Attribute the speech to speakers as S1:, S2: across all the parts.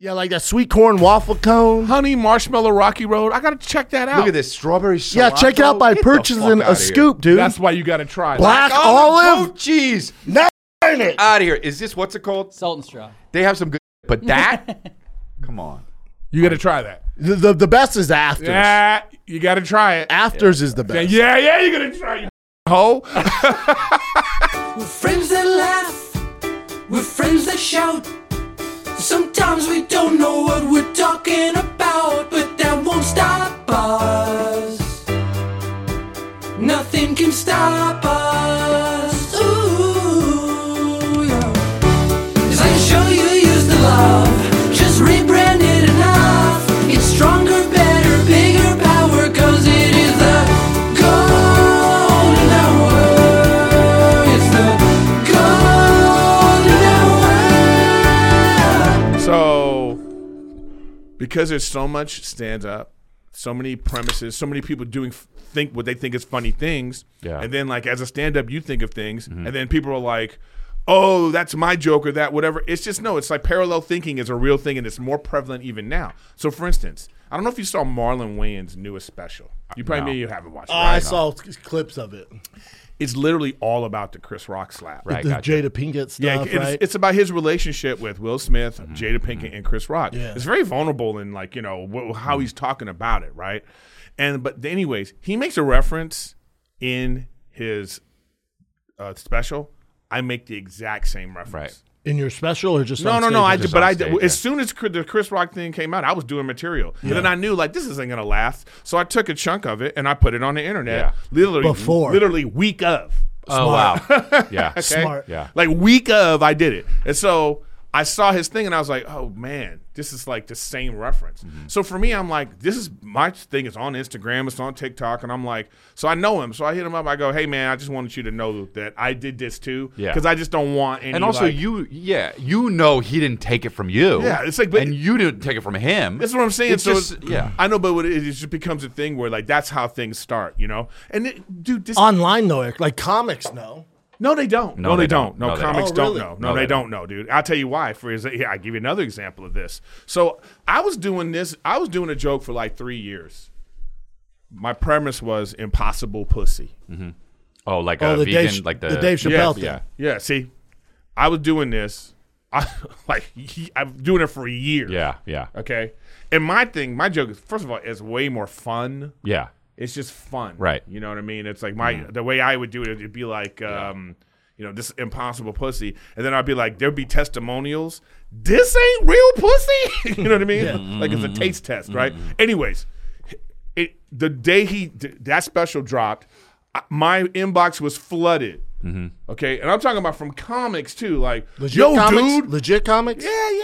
S1: Yeah, like that sweet corn waffle cone.
S2: Honey Marshmallow Rocky Road. I gotta check that out.
S3: Look at this strawberry
S1: Oh. Yeah,
S3: cilantro.
S1: check it out by
S3: Get the
S1: purchasing
S3: fuck outta
S1: a scoop, dude.
S2: That's why you gotta try. it.
S1: Black
S3: Here. Black olive,
S1: olive.
S3: goat cheese.
S1: Now ain't it.
S3: Out of here. Is this what's it called?
S4: Salt and straw.
S3: They have some good, but that. come on.
S2: You gotta try that.
S1: The, the, the best is afters.
S2: Yeah, you gotta try it.
S1: Afters is the best.
S2: Yeah, yeah, you gotta try. You hoe.
S5: Friends that laugh, we're friends that shout. Sometimes we don't know what we're talking about, but that won't stop us. Nothing can stop us. Ooh, yeah. 'Cause I can show you use the love, just rebrand it enough. It's stronger, better, bigger power, cause it is the golden hour. It's the golden hour.
S2: So, because there's so much stand up, so many premises, so many people doing think what they think is funny things,
S3: Yeah. Mm-hmm.
S2: and then like as a stand up, you think of things, and then people are like, "Oh, that's my joke or that whatever." It's just no. It's like parallel thinking is a real thing, and it's more prevalent even now. So, for instance, I don't know if you saw Marlon Wayans' newest special. You probably maybe you haven't watched. it,
S1: Oh, I
S2: right?
S1: saw clips of it.
S2: It's literally all about the Chris Rock slap.
S3: Right.
S1: the
S3: gotcha.
S1: Jada Pinkett stuff,
S2: Yeah, it's,
S1: right? Mm-hmm.
S2: it's about his relationship with Will Smith, Jada Pinkett, and Chris Rock.
S1: Yeah. Mm-hmm.
S2: It's very vulnerable in like you know wh- how he's talking about it, right? And but anyways, he makes a reference in his uh, special. I make the exact same reference.
S3: Right.
S1: in your special or just
S2: No,
S1: on
S2: no,
S1: stage?
S2: no. I
S3: just
S2: did, but
S3: on
S2: I did,
S3: stage, yeah.
S2: as soon as Chris- the Chris Rock thing came out, I was doing material, and then I knew like this isn't gonna last. So I took a chunk of it and I put it on the internet.
S3: Yeah.
S2: Literally
S1: Before.
S2: literally week of.
S3: Oh wow. Yeah.
S1: Smart.
S3: Yeah.
S2: Like week of, I did it, and so I saw his thing, and I was like, "Oh man, this is like the same reference."
S3: Mm-hmm.
S2: So for me, I'm like, "This is my thing. is on Instagram, it's on TikTok, and I'm like, so I know him. So I hit him up. I go, "Hey man, I just wanted you to know that I did this too,
S3: Yeah.
S2: because I just don't want any."
S3: And also,
S2: like-
S3: you, yeah, you know, he didn't take it from you.
S2: Yeah, it's like- but-
S3: and you didn't take it from him.
S2: That's what I'm saying.
S3: It's
S2: so
S3: just-
S2: it's-
S3: yeah.
S2: I know, but what it, is, it just becomes a thing where like that's how things start, you know. And it, dude, this
S1: Online though, Eric, like comics know.
S2: No, they don't. No, they, don't. No,
S3: they
S2: comics
S1: don't.
S2: don't,
S1: Oh, really?
S2: know. No, they, don't. know, dude. I'll tell you why. For exa- here, I give you another example of this. So I was doing this. I was doing a joke for like three years. My premise was impossible pussy.
S3: Oh, like
S1: Oh,
S3: a
S1: the
S3: vegan,
S1: Dave,
S3: like the,
S1: the Dave
S2: Yeah,
S1: Chappelle
S2: yeah,
S1: thing.
S2: yeah. See, I was doing this. I like he, I'm doing it for a year.
S3: Yeah, yeah,
S2: Okay. And my thing, my joke is first of all, it's way more fun.
S3: yeah.
S2: it's just fun
S3: Right.
S2: you know what i mean it's like my the way i would do it it'd be like um you know this impossible pussy and then i'd be like there'd be testimonials this ain't real pussy you know what i mean like it's a taste test right anyways it the day he th- that special dropped I, my inbox was flooded okay and i'm talking about from comics too like
S1: Legit
S2: yo
S1: comics,
S2: dude
S1: legit comics.
S2: yeah, yeah.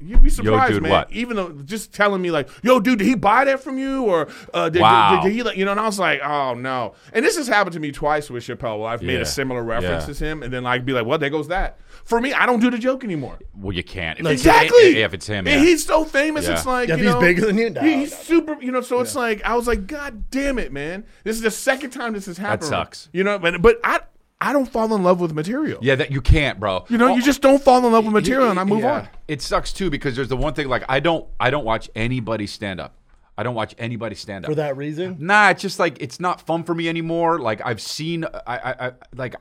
S2: You'd be surprised,
S3: dude,
S2: man.
S3: what?
S2: Even though just telling me like, "Yo, dude, did he buy that from you?" or uh, did,
S3: Wow.
S2: did, did he, like, you know? And I was like, "Oh no!" And this has happened to me twice with Chappelle. Where I've made
S3: Yeah.
S2: a similar reference
S3: Yeah.
S2: to him, and then like be like, "Well, there goes that." For me, I don't do the joke anymore.
S3: Well, you can't. If it's-
S2: Exactly.
S3: yeah, if it's him,
S2: and
S3: yeah.
S2: he's so famous,
S3: Yeah.
S2: it's like
S1: Yeah,
S2: you
S1: if he's
S2: know,
S1: bigger than you, no,
S2: he's
S1: no.
S2: super. You know, so it's like I was like, God damn it, man! This is the second time this has happened.
S3: sucks.
S2: You know, but but I I don't fall in love with material.
S3: yeah, that you can't, bro.
S2: You know, you just don't fall in love with material, and I move
S3: Yeah.
S2: on.
S3: It sucks too because there's the one thing like I don't, I don't watch anybody stand up. I don't watch anybody stand up
S1: For that reason,
S3: Nah, it's just like it's not fun for me anymore. Like I've seen, I, I, I like,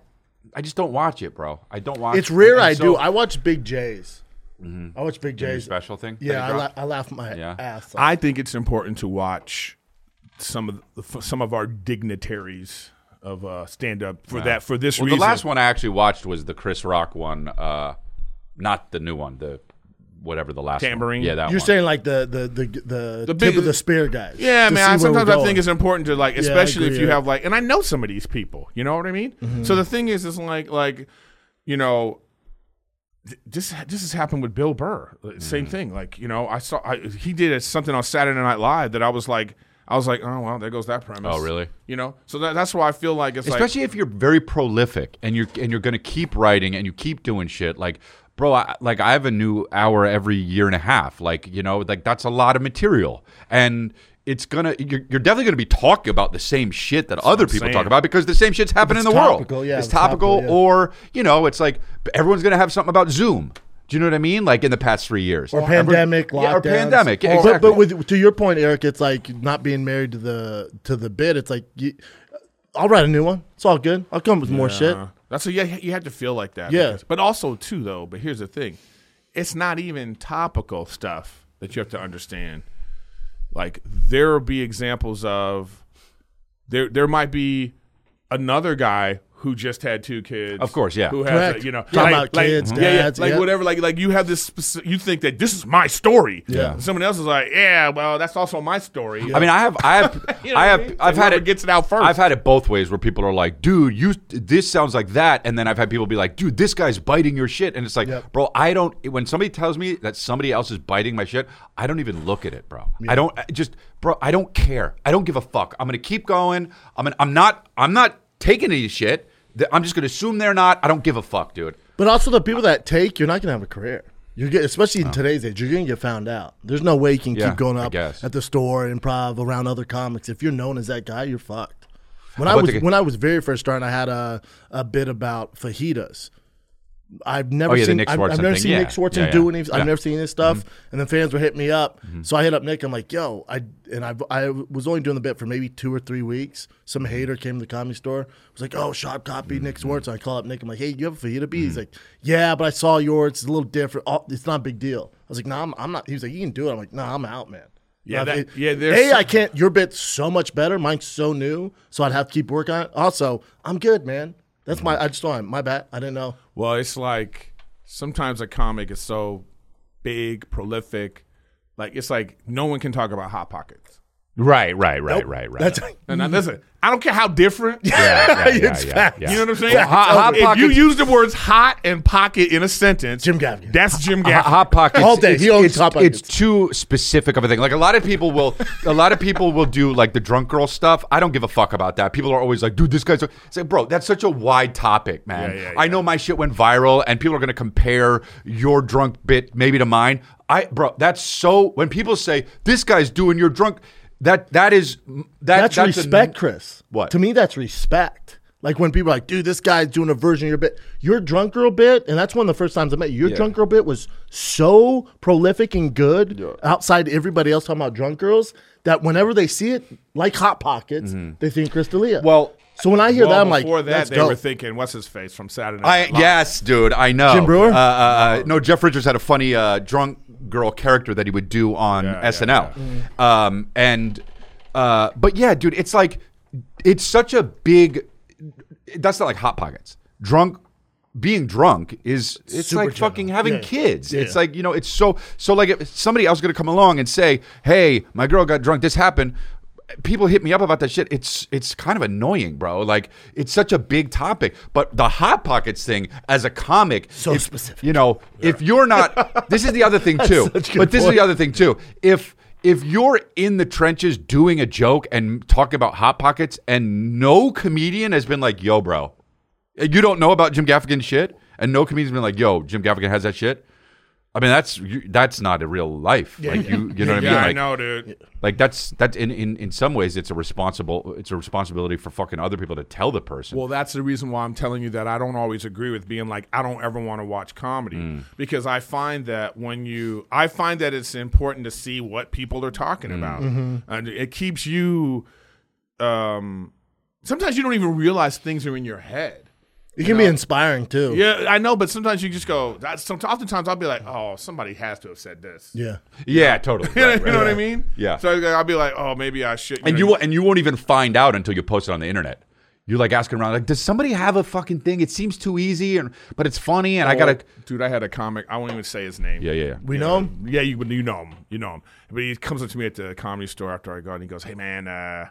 S3: I just don't watch it, bro. I don't watch.
S1: it's rare.
S3: and
S1: I
S3: so-
S1: do. I watch Big J's. I watch Big
S3: Your
S1: J's.
S3: Mm-hmm. special thing. that
S1: Yeah,
S3: you
S1: I, la-
S3: dropped?
S1: I laugh my
S3: Yeah.
S1: ass off.
S2: I think it's important to watch some of the, f- some of our dignitaries of uh, stand up for that for this
S3: Well,
S2: reason.
S3: the last one I actually watched was the Chris Rock one, uh, not the new one, the whatever the last one.
S2: Tambourine?
S3: Yeah, that
S1: You're
S3: one.
S1: saying like the the the the,
S2: The
S1: tip
S2: big-
S1: of the spear guys.
S2: Yeah,
S1: to
S2: man. I,
S1: see where we're
S2: sometimes I
S1: going.
S2: think it's important to like,
S1: agree,
S2: especially
S1: Mm-hmm.
S2: if you
S1: yeah.
S2: have like, and I know some of these people. You know what I mean? So the thing is, is like, like, you know, th- this this has happened with Bill Burr. uh, Same
S3: Mm.
S2: thing. Like, you know, I saw I, he did something on Saturday Night Live that I was like, I was like, oh well, there goes that premise.
S3: Oh, really?
S2: You know, so that, that's why I feel like it's like,
S3: especially if you're very prolific and you're and you're going to keep writing and you keep doing shit like bro I, like i have a new hour every year and a half like you know like that's a lot of material and it's gonna you're, you're definitely gonna be talking about the same shit that other people
S2: saying.
S3: talk about because the same shit's happening in
S1: It's
S3: the
S1: topical,
S3: world
S1: yeah,
S3: it's
S1: it's topical,
S3: topical
S1: yeah.
S3: or you know it's like everyone's gonna have something about zoom Do you know what I mean? Like in the past three years,
S1: or
S3: Ever-
S1: pandemic,
S3: yeah, or
S1: lockdowns.
S3: pandemic,
S1: But-
S3: exactly.
S1: But, with to your point, Eric, it's like not being married to the to the bit. It's like you, I'll write a new one. It's all good. I'll come with more shit.
S2: Uh, that's what you, you have to feel like that.
S1: Yeah.
S2: Because- but also too though. But here's the thing, it's not even topical stuff that you have to understand. Like there will be examples of there there might be another guy who just had two kids.
S3: Of course, yeah.
S2: Who has
S1: Correct.
S2: a, you know
S1: Talking about kids,
S2: yeah, yeah,
S1: dads,
S2: like
S1: yeah.
S2: whatever. Like like you have this speci- you think that this is my story.
S1: Yeah.
S2: And someone else is like, yeah, well that's also my story.
S3: I mean, I have, I have,
S2: You know
S3: I
S2: what
S3: have,
S2: mean?
S3: I've
S2: Like,
S3: had
S2: whoever
S3: it.
S2: gets it out first.
S3: I've had it both ways, where people are like, "Dude, you, this sounds like that," and then I've had people be like, "Dude, this guy's biting your shit," and it's like,
S1: Yep.
S3: "Bro, I don't." When somebody tells me that somebody else is biting my shit, I don't even look at it, bro. I don't I just, bro. I don't care. I don't give a fuck. I'm gonna keep going. I'm, gonna, I'm not, I'm not taking any shit. Th- I'm just gonna assume they're not. I don't give a fuck, dude.
S1: But also the people that take, you're not gonna have a career. You're get, especially in today's age, you're gonna get found out. There's no way you can
S3: Yeah,
S1: keep going
S3: I
S1: up
S3: guess.
S1: at the store, improv, around other comics. If you're known as that guy, you're fucked. When I
S3: about
S1: was
S3: the-
S1: when I was very first starting, I had a a bit about fajitas. I've never
S3: Oh, yeah, the
S1: seen
S3: Nick
S1: I've,
S3: Swartzen
S1: I've never
S3: thing.
S1: seen
S3: Yeah.
S1: Nick Swartzen
S3: Yeah, yeah.
S1: do any.
S3: Yeah.
S1: I've never seen this stuff,
S2: Mm-hmm.
S1: and the fans were hitting me up. So I hit up Nick. I'm like, "Yo, I and I I was only doing the bit for maybe two or three weeks. Some
S2: Mm-hmm.
S1: hater came to the comedy store. Was like, "Oh, shop copy Nick Swartzen." I call up Nick. I'm like, "Hey, you have a fajita
S2: Mm-hmm.
S1: beat?" He's like, "Yeah, but I saw yours. It's a little different. Oh, it's not a big deal." I was like, "No, nah, I'm, I'm not." He was like, "You can do it." I'm like, "No, nah, I'm out, man."
S2: Yeah,
S1: Like,
S2: that-
S1: it-
S2: yeah, there's
S1: A,
S2: so-
S1: I can't. Your bit's so much better. Mine's so new, so I'd have to keep working on it. Also, I'm good, man.
S2: Mm-hmm.
S1: That's my. I just saw him. My bad. I didn't know.
S2: Well, it's like sometimes a comic is so big, prolific, like it's like no one can talk about hot pockets.
S3: Right, right, right, right, right.
S1: That's
S2: And now, listen, I don't care how different.
S3: Mm-hmm. yeah,
S1: It's facts.
S2: You know what I'm saying?
S3: Well, Hot- Hot
S2: if you
S3: Pockets-
S2: use the words hot and pocket in a sentence,
S1: Jim Gaffigan.
S2: That's Jim
S3: Hot-
S2: Gaffigan.
S3: Hot pockets.
S1: All day.
S3: It's,
S1: He owns
S3: it's,
S1: Hot Pockets.
S3: It's too specific of a thing. Like a lot of people will, a lot of people will do like the drunk girl stuff. I don't give a fuck about that. People are always like, dude, this guy's. a-" It's like, bro, that's such a wide topic, man.
S2: Yeah, yeah,
S3: I
S2: yeah.
S3: know my shit went viral, and people are gonna compare your drunk bit maybe to mine. I, bro, that's so. When people say this guy's doing your drunk, that that is that,
S1: that's,
S3: that's a-
S1: respect, Chris.
S3: What?
S1: To me, that's respect. Like when people are like, dude, this guy's doing a version of your bit. Your drunk girl bit, and that's one of the first times I met you. Your drunk girl bit was so prolific and good outside everybody else talking about drunk girls that whenever they see it, like Hot Pockets,
S3: Mm-hmm.
S1: they think Chris D'Elia.
S3: Well,
S1: so when I hear
S2: Well,
S1: that, I'm like,
S2: before that,
S1: let's
S2: they
S1: go.
S2: were thinking, "What's his face from Saturday
S3: I,
S2: Night Live?
S3: yes, dude, I know.
S1: Jim Brewer?
S3: Uh, uh, uh, no, Jeff Richards had a funny uh, drunk girl character that he would do on
S2: Yeah, yeah,
S3: SNL. Um, and uh, but yeah, dude, it's like it's such a big. That's not like hot pockets. Drunk, being drunk is it's
S1: Super
S3: like fucking
S1: general.
S3: having
S1: Yeah.
S3: kids. It's
S1: Yeah.
S3: like you know, it's so so like if somebody else going to come along and say, "Hey, my girl got drunk. This happened." People hit me up about that shit. It's it's kind of annoying, bro. Like it's such a big topic, but the hot pockets thing as a comic,
S1: So
S3: if-
S1: specific.
S3: You know, if you're not, this is the other thing too.
S1: such a good
S3: But this is
S1: point.
S3: the other thing too. If if you're in the trenches doing a joke and talking about hot pockets, and no comedian has been like, "Yo, bro, you don't know about Jim Gaffigan shit," and no comedian's been like, "Yo, Jim Gaffigan has that shit." I mean, that's you, that's not a real life. like you, you know what I mean?
S2: Yeah, I
S3: Like-
S2: know, dude.
S3: like that's that's in, in in some ways it's a responsible it's a responsibility for fucking other people to tell the person.
S2: Well, that's the reason why I'm telling you that I don't always agree with being like I don't ever want to watch comedy
S3: Mm.
S2: because I find that when you I find that it's important to see what people are talking
S3: Mm.
S2: about. And it keeps you um sometimes you don't even realize things are in your head.
S1: it can be inspiring too.
S2: Yeah, I know, but sometimes you just go that's some oftentimes I'll be like, "Oh, somebody has to have said this."
S1: Yeah.
S3: yeah, totally.
S2: You know,
S3: Right,
S2: you
S3: right.
S2: know what I mean?
S3: Yeah.
S2: So I'll be like, "Oh, maybe I should."
S3: and
S2: know,
S3: you won't- and you won't even find out until you post it on the internet. You're like asking around, like, does somebody have a fucking thing? It seems too easy, and but it's funny, and I gotta.
S2: dude. I had a comic. I won't even say his name.
S3: Yeah, yeah, yeah.
S1: We know him?
S2: Yeah, you you know him. You know him. But he comes up to me at the comedy store after I go, and he goes, "Hey, man, uh,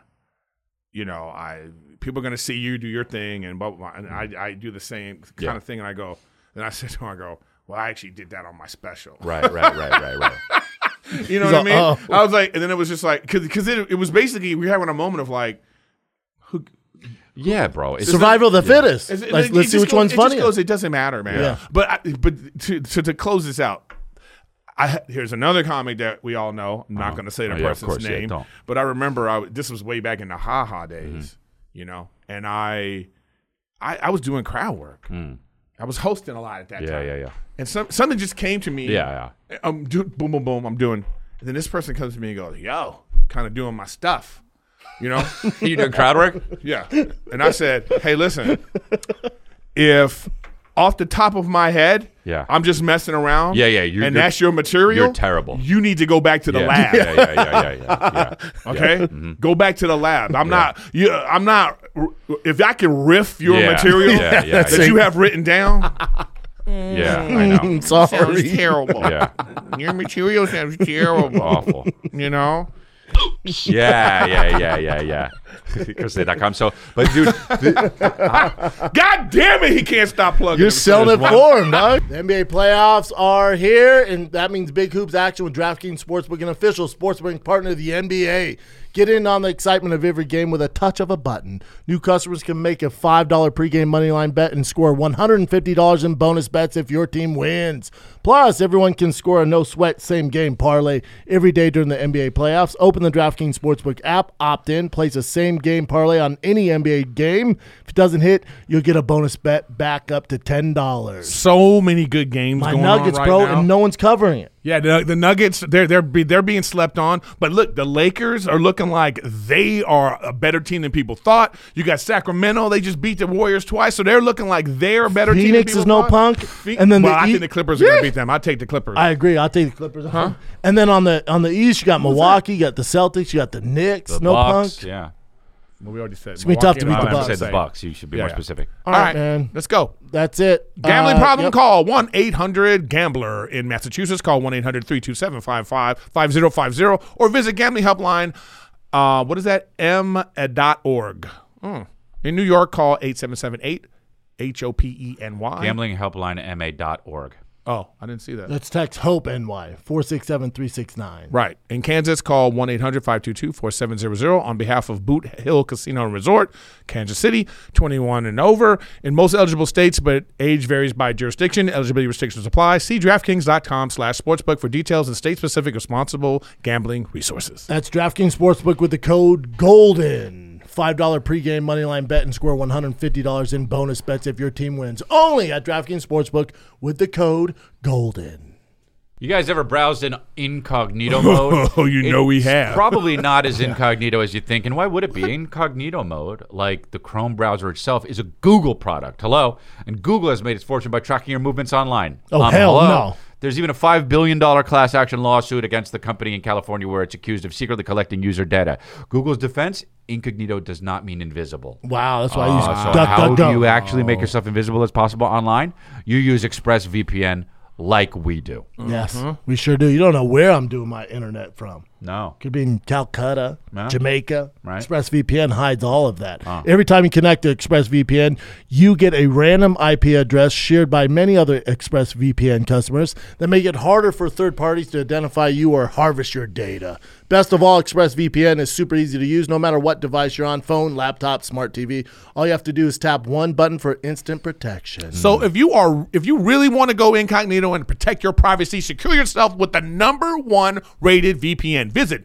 S2: you know, I people are gonna see you do your thing, and blah, blah, blah. and
S1: Mm-hmm.
S2: I I do the same kind
S3: Yeah.
S2: of thing, and I go, then I said to him, I go, well, I actually did that on my special,
S3: Right, right, right, right, right.
S2: you know
S1: He's
S2: what I
S1: like,
S2: mean?
S1: "Oh."
S2: I was like, and then it was just like, because because it, it was basically we were having a moment of like, who
S3: yeah, bro. It's
S1: Survival of the fittest.
S2: It's- it-
S1: Like,
S2: it
S1: let's see
S2: just
S1: which
S2: goes-
S1: one's
S2: it just
S1: funnier.
S2: goes, it doesn't matter, man.
S1: Yeah.
S2: But I, but to, to to close this out, I here's another comic that we all know. I'm not going to say the
S3: Oh, yeah, of
S2: person's
S3: course, yeah,
S2: name,
S3: don't.
S2: but I remember I w- this was way back in the Ha
S3: Mm-hmm.
S2: Ha days, you know, and I, I I was doing crowd work. I was hosting a lot at that
S3: Mm. Yeah,
S2: time.
S3: yeah, yeah.
S2: And some something just came to me.
S3: Yeah,
S2: I'm do, boom, boom, boom. I'm doing. And then this person comes to me and goes, "Yo, kind of doing my stuff," you know.
S3: you doing crowd work?
S2: Yeah. And I said, hey, listen, if off the top of my head,
S3: Yeah.
S2: I'm just messing around.
S3: Yeah, yeah, you're-
S2: and
S3: you're-
S2: that's your material.
S3: you're terrible.
S2: You need to go back to the
S3: yeah,
S2: lab.
S3: Yeah, yeah, yeah, yeah, yeah, yeah. Mm-hmm.
S2: Okay, go back to the lab. I'm not. You, I'm not. If I can riff your
S3: Yeah,
S2: material
S3: yeah, yeah,
S2: that
S3: yeah.
S2: you have written down,
S3: Yeah, I know.
S1: Sorry.
S2: terrible.
S3: Yeah,
S2: Your material sounds terrible.
S3: awful.
S2: You know.
S3: Yeah, yeah, yeah, yeah, yeah. Chrisley.com. So, but dude, th-
S2: God damn it, he can't stop plugging.
S1: You're
S2: himself.
S1: selling it for him, dog. The NBA playoffs are here, and that means big hoops action with DraftKings Sportsbook, an official sportsbook partner of the NBA. Get in on the excitement of every game with a touch of a button. New customers can make a $5 pregame moneyline bet and score $150 in bonus bets if your team wins. Plus, everyone can score a no sweat same game parlay every day during the NBA playoffs. Open the DraftKings Sportsbook app, opt in, place a same game parlay on any NBA game. If it doesn't hit, you'll get a bonus bet back up to $10.
S2: so many good games
S1: My
S2: going
S1: Nuggets,
S2: on right
S1: bro,
S2: now.
S1: and no one's covering it.
S2: Yeah, the, the Nuggets they're they're be, they're being slept on, but look, the Lakers are looking like they are a better team than people thought. You got Sacramento; they just beat the Warriors twice, so they're looking like they're a better team. than
S1: Phoenix
S2: people
S1: is no
S2: thought.
S1: punk,
S2: Phe-
S1: and then
S2: well,
S1: the
S2: I
S1: E-
S2: think the Clippers are
S1: Yeah.
S2: gonna beat them. I take the Clippers.
S1: I agree. I'll take the Clippers. And then on the on the East, you got Milwaukee, you got the Celtics, you got the Knicks.
S3: the
S1: no
S3: Bucks.
S1: punk.
S3: Yeah,
S2: well, we already said it's
S1: gonna be tough to beat the
S3: I
S1: Bucks.
S3: said the Bucks. You should be
S2: Yeah,
S3: more
S2: yeah.
S3: specific.
S2: All right,
S1: man.
S2: let's go.
S1: That's it.
S2: Gambling
S1: Uh,
S2: problem
S1: yep.
S2: call 1 800 Gambler in Massachusetts. Call 1 800 327 5050 or visit Gambling Helpline. Uh, what is that? M.org. Mm. In New York, call 877 8 H O P E N Y.
S3: Gamblinghelplinema.org.
S2: Oh, I didn't see that.
S1: Let's text Hope NY four six seven three six nine.
S2: Right. In Kansas, call 1 800 522 4700 on behalf of Boot Hill Casino and Resort, Kansas City, 21 and over in most eligible states, but age varies by jurisdiction. Eligibility restrictions apply. See DraftKings.com slash sportsbook for details and state specific responsible gambling resources.
S1: That's DraftKings Sportsbook with the code GOLDEN. $5 pregame moneyline bet and score $150 in bonus bets if your team wins. Only at DraftKings Sportsbook with the code GOLDEN.
S3: You guys ever browsed in incognito mode?
S2: Oh, you know we have.
S3: Probably not as incognito as you think. And why would it be? Incognito mode, like the Chrome browser itself, is a Google product. Hello. And Google has made its fortune by tracking your movements online. Um,
S1: Oh, hell no.
S3: There's even a $5 billion class action lawsuit against the company in California where it's accused of secretly collecting user data. Google's defense incognito does not mean invisible.
S1: Wow, that's why I use
S3: Uh, so how
S1: DuckDuckGo.
S3: do you actually
S2: Oh.
S3: make yourself invisible as possible online? You use ExpressVPN like we do.
S1: yes, we sure do. You don't know where I'm doing my internet from.
S3: No.
S1: Could be in Calcutta,
S3: Yeah.
S1: Jamaica.
S3: Right. Ah.
S1: ExpressVPN hides all of that. Every time you connect to ExpressVPN, you get a random IP address shared by many other ExpressVPN customers that make it harder for third parties to identify you or harvest your data. Best of all, ExpressVPN is super easy to use no matter what device you're on phone, laptop, smart TV. All you have to do is tap one button for instant protection.
S2: So if you are if you really want to go incognito and protect your privacy, secure yourself with the number one rated VPN. Visit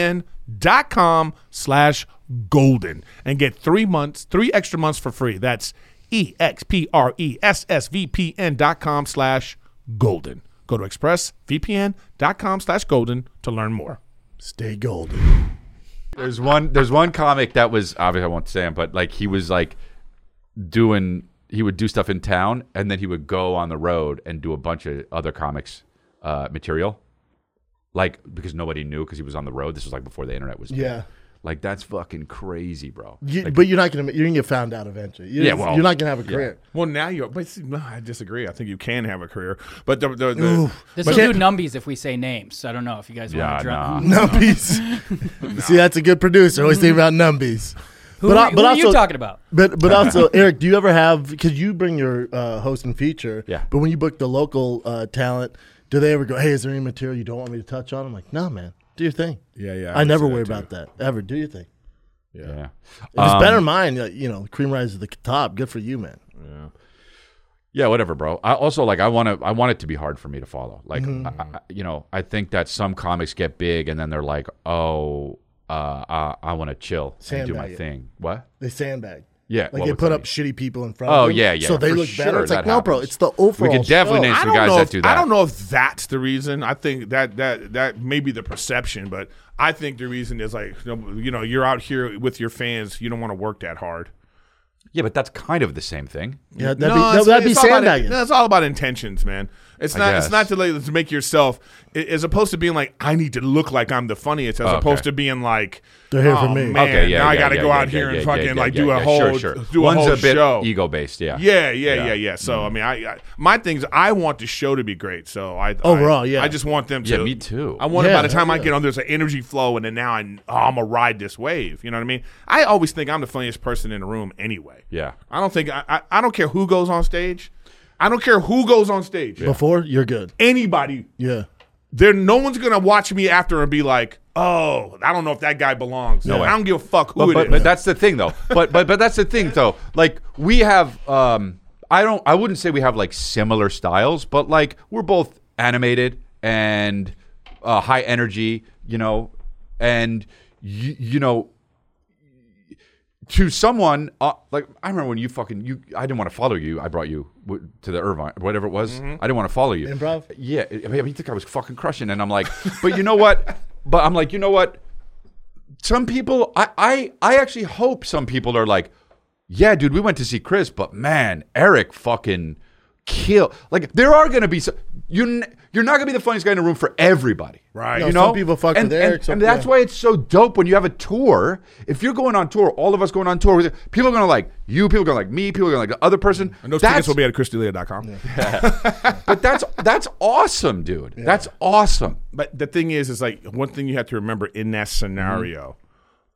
S2: expressvpn.com slash golden and get three months, three extra months for free. That's E X P R E S S V P N dot com slash golden. Go to expressvpn.com slash golden to learn more.
S1: Stay golden.
S3: There's one. There's one comic that was obviously I won't say him, but like he was like doing. He would do stuff in town, and then he would go on the road and do a bunch of other comics uh, material, like because nobody knew because he was on the road. This was like before the internet was. big.
S1: Yeah.
S3: Like that's fucking crazy, bro.
S1: You, but you're not gonna you're gonna get found out eventually. You're,
S3: Yeah, well,
S1: you're not gonna have a career.
S2: Well, now you're, but see, no, I disagree. I think you can have a career, but the, the, the
S4: This
S2: but-
S4: will do numbies if we say names. I don't know if you guys
S3: Yeah,
S4: want to drop.
S3: nah.
S1: Numbies. See, that's a good producer. Always thinking about numbies.
S4: Who,
S1: but
S4: are,
S1: I-
S4: who
S1: but
S4: are you
S1: also-
S4: talking about?
S1: But but also, Eric, do you ever have? Because you bring your uh, host and feature.
S3: Yeah.
S1: But when you book the local uh, talent, do they ever go, "Hey, is there any material you don't want me to touch on?" I'm like, "No, man, do your thing."
S2: Yeah, yeah, I
S1: I, never
S2: would say
S1: worry
S2: that Um,
S1: about that ever. Do your thing.
S3: Yeah.
S1: If it's better than mine, like, you know, cream rises to the top. Good for you, man.
S3: Yeah, whatever, bro. I also like I want to I want it to be hard for me to follow. Like
S2: Mm-hmm.
S3: I, I- you know, I think that some comics get big and then they're like, "Oh, uh, I, I want to chill and do
S1: Sandbag
S3: my
S1: it.
S3: thing." What?
S1: They sandbag.
S3: Yeah,
S1: Like
S3: what
S1: they
S3: would
S1: put
S3: that
S1: up
S3: be?
S1: shitty people in front.
S3: Oh,
S1: of them,
S3: yeah, yeah,
S1: So they
S3: for
S1: look
S3: sure
S1: better. It's like
S3: that
S1: no, bro.
S3: happens.
S1: It's the overall.
S3: We could definitely
S1: show.
S3: name
S2: I
S3: some
S2: don't
S3: guys
S2: know
S3: that
S2: if-
S3: do that.
S2: I don't know if that's the reason. I think that that that may be the perception, but I think the reason is like you know, you know you're out here with your fans. You don't want to work that hard.
S3: Yeah, but that's kind of the same thing.
S1: Yeah, that'd be, that, that'd be
S2: all about-
S1: sandbagging.
S2: no, it's all about intentions, man. It's not. It's
S3: guess.
S2: not to, like, to make yourself i- as opposed to being like I need to look like I'm the funniest, as
S3: Oh, okay.
S2: opposed to being like
S1: They're here for
S2: oh,
S1: me."
S2: Man,
S3: okay, yeah,
S2: now I
S3: yeah,
S2: got to
S3: yeah,
S2: go
S3: yeah,
S2: out
S3: yeah,
S2: here and
S3: yeah,
S2: fucking
S3: yeah,
S2: like
S3: yeah,
S2: do a
S3: yeah,
S2: whole
S3: sure, sure.
S2: do a
S3: One's
S2: whole
S3: a bit
S2: show.
S3: ego based. Yeah,
S2: Yeah, yeah, yeah,
S3: Yeah. Mm-hmm.
S2: yeah. So I mean, I, I my things I want the show to be great. So I
S1: Overall,
S2: I,
S1: Oh, yeah.
S2: I just want them to.
S3: Yeah, me too.
S2: I want it
S1: Yeah,
S2: by the time I
S1: yeah.
S2: get on, there's an energy flow, and then now I, oh, I'm gonna ride this wave. You know what I mean? I always think I'm the funniest person in the room anyway.
S3: Yeah.
S2: I don't think I I, I don't care who goes on stage. I don't care who goes on stage.
S1: Before you're good.
S2: Anybody
S1: Yeah.
S2: there no one's gonna watch me after and be like, "Oh, I don't know if that guy belongs." No,
S3: way.
S2: I don't give a fuck who
S3: but,
S2: it
S3: but,
S2: is.
S3: but that's the thing though but but but that's the thing though like we have um i don't i wouldn't say we have like similar styles but like we're both animated and uh, high energy you know and you, you know to someone uh, like I remember when you fucking you I didn't want to follow you I brought you w- to the Irvine whatever it was I didn't want to follow you
S1: Improv?
S3: yeah I mean, you think I was fucking crushing and I'm like but you know what but I'm like you know what some people I, I I actually hope some people are like, yeah, dude, we went to see Chris, but man, Eric fucking kill. Like there are gonna be some, you're n- you're not gonna be the funniest guy in the room for everybody,
S2: Right.
S3: You
S1: No,
S3: know,
S1: some people fuck
S3: and,
S1: with
S3: and-
S1: Eric,
S3: and,
S1: some-
S3: that's
S1: yeah.
S3: why it's so dope when you have a tour. If you're going on tour, all of us going on tour, with people are gonna like you, people are gonna like me, people are gonna like the other person.
S2: and those
S3: that's,
S2: tickets will be at ChristyLea.com.
S3: but that's that's awesome, dude. That's awesome.
S2: But the thing is, is like one thing you have to remember in that scenario,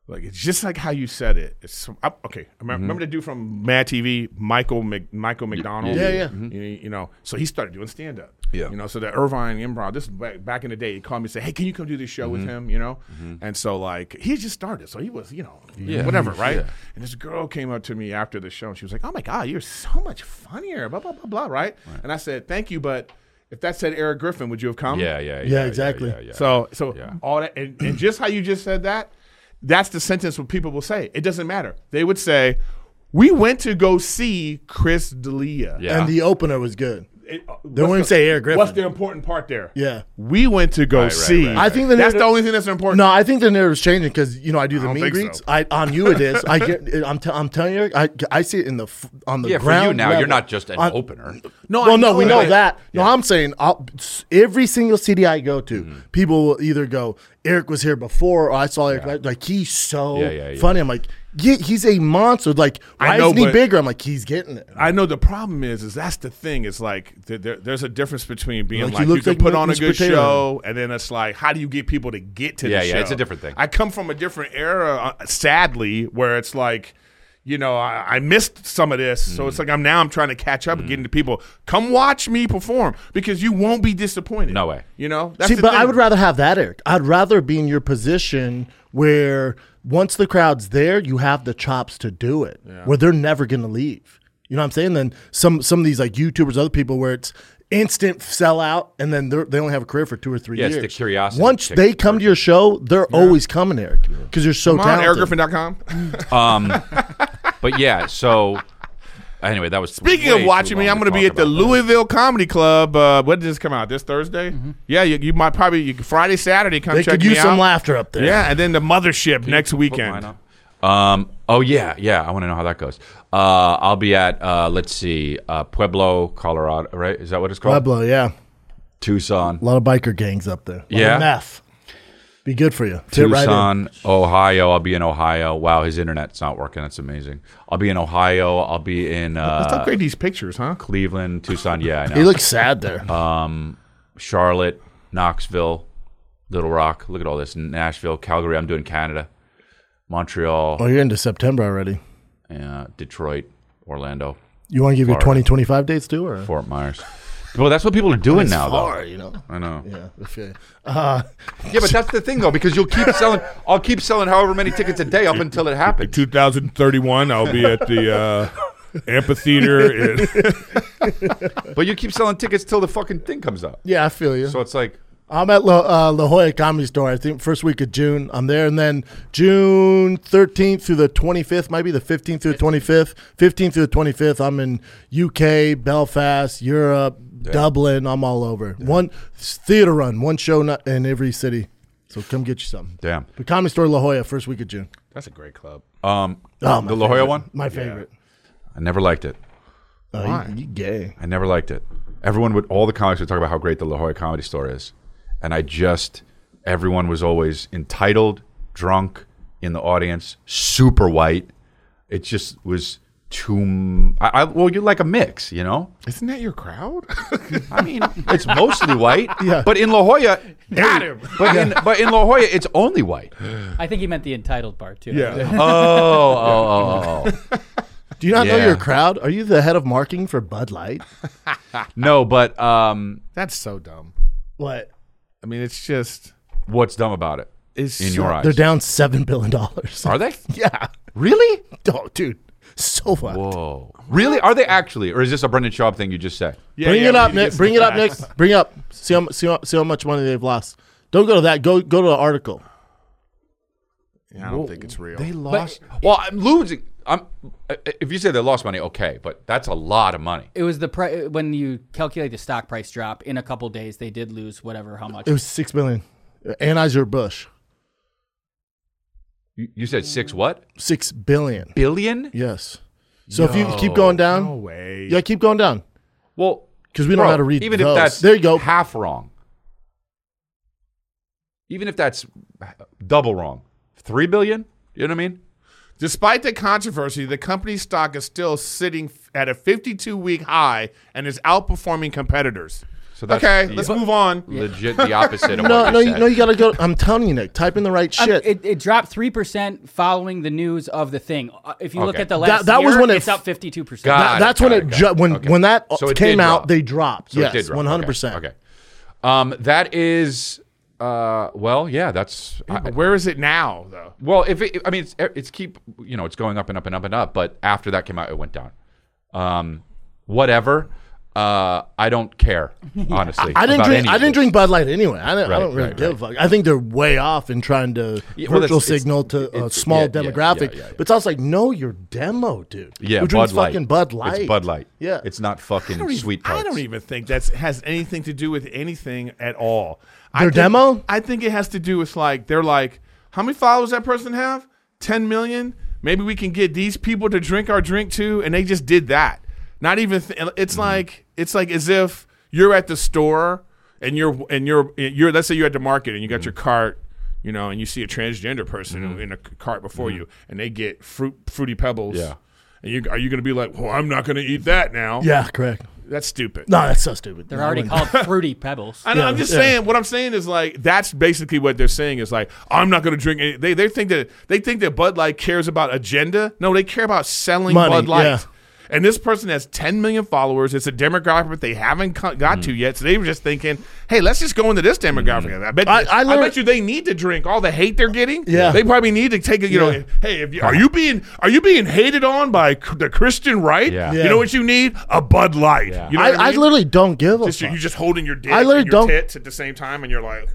S2: like it's just like how you said it. It's I, okay. I remember, remember the dude from Mad TV, Michael Mc, Michael McDonald.
S1: yeah, yeah.
S2: You, you know, so he started doing stand up.
S3: Yeah.
S2: You know, so the Irvine Improv. This is back, back in the day. He called me and said, "Hey, can you come do this show with him?" You know, and so like he just started, so he was you know whatever, right? And this girl came up to me after the show and she was like, "Oh my god, you're so much funnier." Blah blah blah blah. Right? And I said, "Thank you, but." If that said Eric Griffin, would you have come?
S3: Yeah, yeah, yeah,
S1: exactly.
S3: yeah, yeah.
S2: So so all that and, and just how you just said that, that's the sentence what people will say. It doesn't matter. They would say, "We went to go see Chris D'Elia."
S3: Yeah.
S1: And the opener was good.
S2: It- uh,
S1: They
S2: what's
S1: wouldn't
S2: the-
S1: say Eric Griffin.
S2: What's the important part there?
S1: Yeah.
S2: We went to go see.
S3: right,
S1: I think the
S2: that's
S1: narrative-
S2: the only thing that's important.
S1: No, I think the narrative's changing because you know I do the
S2: don't
S1: meet
S2: think
S1: greets.
S2: so.
S1: I on you it is. I get. I'm, t- I'm telling you, I, I see it in the f- on the
S3: yeah, for
S1: ground.
S3: you now, you're
S1: level.
S3: not just an
S1: On-
S3: opener.
S1: No, well,
S2: I
S1: no, we
S2: know
S1: know
S2: it.
S1: that. No, I'm saying I'll, every single city I go to, people will either go, Eric was here before, or I saw Eric. Like he's so
S3: Yeah, yeah, yeah.
S1: funny. I'm like, yeah, he's a monster. Like
S2: I
S1: why
S2: know,
S1: isn't he
S2: but-
S1: bigger? I'm like, he's getting it.
S2: I know the problem is, is that's the thing. It's like th- there, there's a difference between being
S1: Like,
S2: like,
S1: you
S2: you,
S1: look
S2: can
S1: like
S2: put on a
S1: Mr.
S2: good
S1: Potato
S2: show, and then it's like, how do you get people to get to
S3: Yeah,
S2: the
S3: yeah,
S2: show?
S3: it's a different thing.
S2: I come from a different era, uh, sadly, where it's like, you know, I, I missed some of this, so
S1: Mm.
S2: it's like I'm now I'm trying to catch up and getting to people. Come watch me perform because you won't be disappointed.
S3: No way.
S2: You know, that's
S1: See,
S2: the
S1: but I
S2: thing.
S1: would rather have that, Eric. I'd rather be in your position where once the crowd's there, you have the chops to do it, where they're never going to leave. You know what I'm saying? Then some some of these like YouTubers, other people, where it's instant sellout, and then they they only have a career for two or three
S3: Yeah, it's
S1: years.
S3: the curiosity
S1: Once
S3: kick
S1: they come to your show, they're always coming, Eric, because you're so
S2: Come on,
S1: talented.
S2: ericgriffin.com.
S3: Um, But yeah, so anyway, that was
S2: Speaking
S3: way
S2: of
S3: too
S2: watching me,
S3: long
S2: I'm going to be
S3: talk
S2: at the
S3: about that.
S2: Louisville Comedy Club. Uh, when does this come out? This Thursday? Yeah, you, you might probably you, Friday, Saturday. Come
S1: they
S2: check
S1: could
S2: me
S1: use some
S2: out.
S1: laughter up there.
S2: Yeah, and then the Mothership next
S3: Put mine
S2: weekend.
S3: up. Um, oh yeah, yeah. I want to know how that goes. Uh, I'll be at uh, let's see, uh, Pueblo, Colorado. Right? Is that what it's called?
S1: Pueblo, yeah,
S3: Tucson,
S1: a lot of biker gangs up there. A lot of
S3: Yeah.
S1: meth. Be good for you. Fit right in.
S3: Tucson, Ohio. I'll be in Ohio. Wow, his internet's not working. That's amazing. I'll be in Ohio. I'll be in
S2: Let's
S3: uh,
S2: upgrade these pictures, huh?
S3: Cleveland, Tucson. Yeah, I know.
S1: He looks sad there.
S3: Charlotte, Knoxville, Little Rock. Look at all this. Nashville, Calgary. I'm doing Canada, Montreal,
S1: oh, you're into September already.
S3: uh, Detroit, Orlando,
S1: You want to give your
S3: Florida.
S1: 20, 25 dates too, or
S3: Fort Myers. Well, that's what people are doing now, though.
S1: far, you know?
S3: I know.
S1: Yeah. Okay. Uh,
S3: Yeah, but that's the thing though, because you'll keep selling. I'll keep selling however many tickets a day up until it happens.
S2: 2031, I'll be at the uh, amphitheater. in-
S3: But you keep selling tickets till the fucking thing comes up.
S1: yeah, I feel you.
S3: So it's like,
S1: I'm at La, uh, La Jolla Comedy Store. I think first week of June. I'm there, and then June 13th through the 25th, might be the 15th through the 25th. 15th through the 25th. I'm in UK, Belfast, Europe, Dublin. I'm all over. One theater run, one show not in every city. So come get you something.
S3: Damn.
S1: The Comedy Store La Jolla, first week of June.
S2: That's a great club.
S3: Um,
S1: Oh, my
S3: the La Jolla
S1: favorite.
S3: one.
S1: My favorite.
S3: I never liked it.
S1: Oh, you, you gay.
S3: I never liked it. Everyone would, all the comics would talk about how great the La Jolla Comedy Store is, and I just, everyone was always entitled, drunk in the audience, super white. It just was too. m- I, I- well, you're like a mix, you know.
S2: Isn't that your crowd?
S3: I mean, it's mostly white,
S1: Yeah.
S3: but in La Jolla,
S2: Got him.
S3: but in, but in La Jolla, it's only white.
S4: I think he meant the entitled part too.
S2: Yeah.
S3: Oh, oh, oh, oh.
S1: Do you not know
S3: Yeah.
S1: your crowd? Are you the head of marketing for Bud Light?
S3: no, but um,
S2: That's so dumb.
S1: What?
S2: I mean, it's just
S3: what's dumb about it?
S2: it's
S3: In your
S2: so-
S3: eyes,
S1: They're down seven billion dollars.
S3: are they?
S1: Yeah.
S3: Really?
S1: Oh, dude, so fun.
S3: Whoa! Really? Are they actually, or is this a Brendan Schaub thing you just said?
S2: Yeah,
S1: bring
S2: yeah,
S1: it
S2: we
S1: up,
S2: need to
S1: Nick.
S2: get
S1: Bring
S2: some
S1: it up, Nick.
S2: facts.
S1: Bring up. See how, see how see how much money they've lost. Don't go to that. Go go to the article.
S2: Yeah, I don't think it's real.
S3: They lost. well, I'm losing. I'm. uh, If you say they lost money, okay, but that's a lot of money.
S4: It was the pri- when you calculate the stock price drop in a couple days, they did lose whatever how much.
S1: It was six billion. Anheuser Busch,
S3: You, you said six what
S1: six billion.
S3: billion?
S1: Yes. So if you keep going down,
S2: No way.
S1: yeah, keep going down
S3: Well,
S1: because we don't know
S3: bro,
S1: how to read.
S3: Even
S1: those.
S3: if that's
S1: there, you go.
S3: half wrong. Even if that's double wrong, three billion. You know what I mean?
S2: Despite the controversy, the company's stock is still sitting f- at a 52-week high and is outperforming competitors.
S3: So that's
S2: Okay,
S3: the-
S2: let's move on.
S3: Legit, the opposite of
S1: No,
S3: what
S1: no,
S3: you
S1: you,
S3: said.
S1: no. You gotta go. I'm telling you, Nick. Type in the right
S4: Um,
S1: shit.
S4: It, it dropped three percent following the news of the thing. Uh, If you look
S3: Okay.
S4: at the last,
S1: that was
S4: year,
S1: when it
S4: it's
S1: f-
S4: up fifty two percent.
S3: Got
S1: That-
S3: it,
S1: that's
S3: got
S1: when
S3: it,
S1: it
S3: got
S1: ju-
S3: it.
S1: when
S3: Okay.
S1: when that
S3: So it
S1: came
S3: did
S1: out,
S3: drop.
S1: they dropped.
S3: So it did
S1: yes,
S3: drop.
S1: one hundred percent.
S3: Okay. Okay. Um, that is, uh, well, yeah, that's. I-
S2: But where is it now, though?
S3: well, if it, I mean, it's, it's keep, you know, it's going up and up and up and up, but after that came out, it went down. Um, whatever. Uh, I don't care, honestly.
S1: I didn't
S3: about
S1: drink.
S3: any
S1: I
S3: of
S1: didn't
S3: this.
S1: drink Bud Light anyway. I, don't- I
S3: Right,
S1: don't really
S3: right,
S1: give a fuck. I think they're way off in trying to
S3: Yeah, well,
S1: virtual
S3: that's- it's-
S1: signal to a
S3: it's-
S1: small
S3: yeah, yeah, yeah,
S1: demographic.
S3: yeah, yeah.
S1: But it's also like, no, your demo, dude.
S3: Yeah,
S1: who drinks
S3: Bud Light.
S1: fucking Bud Light?
S3: It's Bud Light.
S1: Yeah,
S3: It's not fucking
S2: don't even-
S3: sweet tarts.
S2: I don't even think that has anything to do with anything at all. I
S1: Their
S2: think-
S1: demo?
S2: I think it has to do with like they're like, how many followers that person have? Ten million. Maybe we can get these people to drink our drink too, and they just did that. Not even. Th- it's
S1: Mm-hmm.
S2: like it's like as if you're at the store and you're and you're you're. Let's say you're at the market and you
S1: Mm-hmm.
S2: got your cart. You know, and you see a transgender person in a c- cart before
S1: Mm-hmm.
S2: you, and they get fruit, fruity pebbles.
S3: Yeah.
S2: and you are you going to be like, "Well, I'm not going to eat that now."
S1: Yeah, correct.
S2: That's stupid.
S1: No, that's so stupid.
S4: They're
S1: No, I
S4: already
S1: wouldn't.
S4: called fruity pebbles.
S2: I know, I'm just
S1: yeah.
S2: saying. What I'm saying is like that's basically what they're saying is like I'm not going to drink. Any, they they think that they think that Bud Light cares about agenda. No, they care about selling
S1: Money,
S2: Bud Light.
S1: yeah.
S2: And this person has 10 million followers. It's a demographic they haven't co- got
S1: Mm.
S2: to yet. So they were just thinking, hey, let's just go into this demographic. I bet.
S1: I-
S2: you,
S1: I learned-
S2: bet you they need to drink all the hate they're getting.
S1: Yeah.
S2: they probably need to take a you
S1: Yeah.
S2: know. Hey, if you, are you being are you being hated on by c- the Christian right?
S3: Yeah.
S1: Yeah.
S2: You know what you need? A Bud Light. You know
S1: I,
S2: what
S1: I
S2: mean?
S1: literally don't give a
S2: Just you
S1: fuck.
S2: you just holding your dick
S1: I literally
S2: and your
S1: don't-
S2: tits at the same time, and you're like,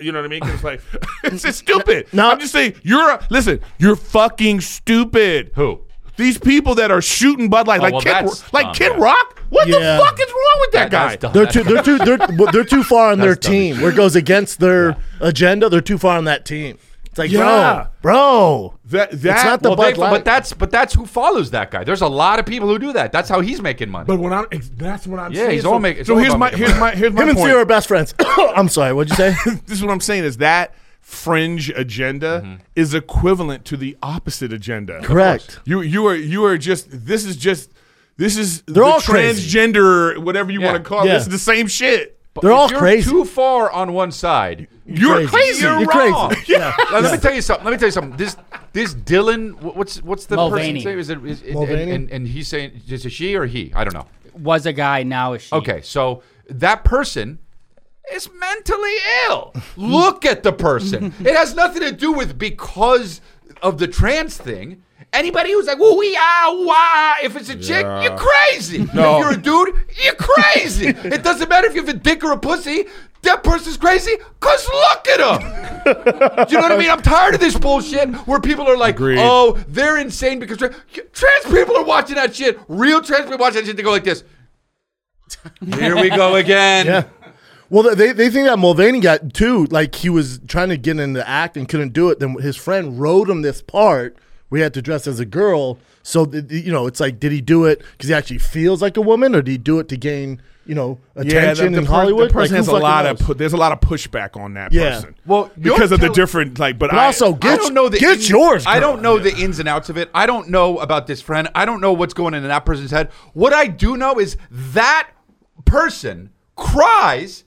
S2: you know what I mean? 'Cause it's like it's just stupid.
S1: No.
S2: I'm just saying you're a, listen. You're fucking stupid.
S3: Who? Oh,
S2: These people that are shooting Bud Light, like
S3: well,
S2: Kid,
S3: that's
S2: like
S3: dumb,
S2: Kid
S3: yeah.
S2: Rock. What
S1: Yeah.
S2: the fuck is wrong with
S3: That-
S2: that,
S3: that's
S2: guy?
S3: dumb.
S1: They're too. They're too. They're, well, they're too far on their
S3: That's dumb as
S1: team. Where it goes against their agenda, they're too far on that team. It's like,
S2: Yeah.
S1: bro, bro.
S2: That that.
S1: not the
S3: Well, they-
S1: Bud Light.
S3: but that's but that's who follows that guy. There's a lot of people who do that. That's how he's making money.
S2: but when I'm, that's what I'm
S3: Yeah,
S2: saying.
S3: he's
S2: so,
S3: all make- it's
S2: So
S3: all
S2: here's
S3: about
S2: my
S3: making
S2: here's
S3: money.
S2: my here's my
S1: Him and
S2: point.
S1: Theo are best friends. I'm sorry. What'd you say?
S2: this is what I'm saying is that fringe agenda
S1: Mm-hmm.
S2: is equivalent to the opposite agenda.
S1: Correct.
S2: You you are you are just this is just this is they're
S1: all crazy.
S2: transgender whatever you
S3: Yeah.
S2: want to call
S1: Yeah.
S2: it. This is the same shit.
S3: But
S1: They're
S3: if
S1: all
S3: you're
S1: crazy.
S3: Too far on one side.
S2: You're
S1: crazy.
S2: crazy.
S1: You're
S3: You're,
S1: crazy.
S3: wrong.
S1: Yeah.
S3: Now, Let me tell you something. Let me tell you something. This this Dylan, wh- what's what's the
S4: Mulvaney.
S3: person's name? Is it is, it-
S1: Mulvaney?
S3: And, and, and he's saying is it she or he? I don't know.
S4: was a guy, now is she?
S3: Okay, so that person is mentally ill. Look at the person. it has nothing to do with because of the trans thing. Anybody who's like, woo wee ah, woo ah, if it's a chick,
S2: Yeah.
S3: you're crazy.
S2: No.
S3: If you're a dude, you're crazy. it doesn't matter if you have a dick or a pussy. That person's crazy because look at him. Do you know what I mean? I'm tired of this bullshit where people are like,
S2: Agreed.
S3: oh, they're insane because tra- trans people are watching that shit. Real trans people watching that shit. They go like this. Here we go again.
S1: Yeah. Well, they, they think that Mulvaney got too, like he was trying to get into act and couldn't do it. Then his friend wrote him this part where he had to dress as a girl. So, th- you know, it's like, did he do it because he actually feels like a woman or did he do it to gain, you know, attention
S2: Yeah, the, the
S1: in
S2: per-
S1: Hollywood?
S2: The person
S1: Like, who
S2: has a
S1: fucking
S2: lot
S1: knows?
S2: of pu- there's a lot of pushback on that
S1: Yeah.
S2: person.
S3: Well, you're
S2: because of the
S3: telling-
S2: different like, but,
S1: But
S2: I,
S1: also,
S2: I
S1: get,
S3: I don't know the
S1: get
S3: ins-
S1: yours.
S3: I
S1: girl.
S3: don't know the ins and outs of it. I don't know about this friend. I don't know what's going on in that person's head. What I do know is that person cries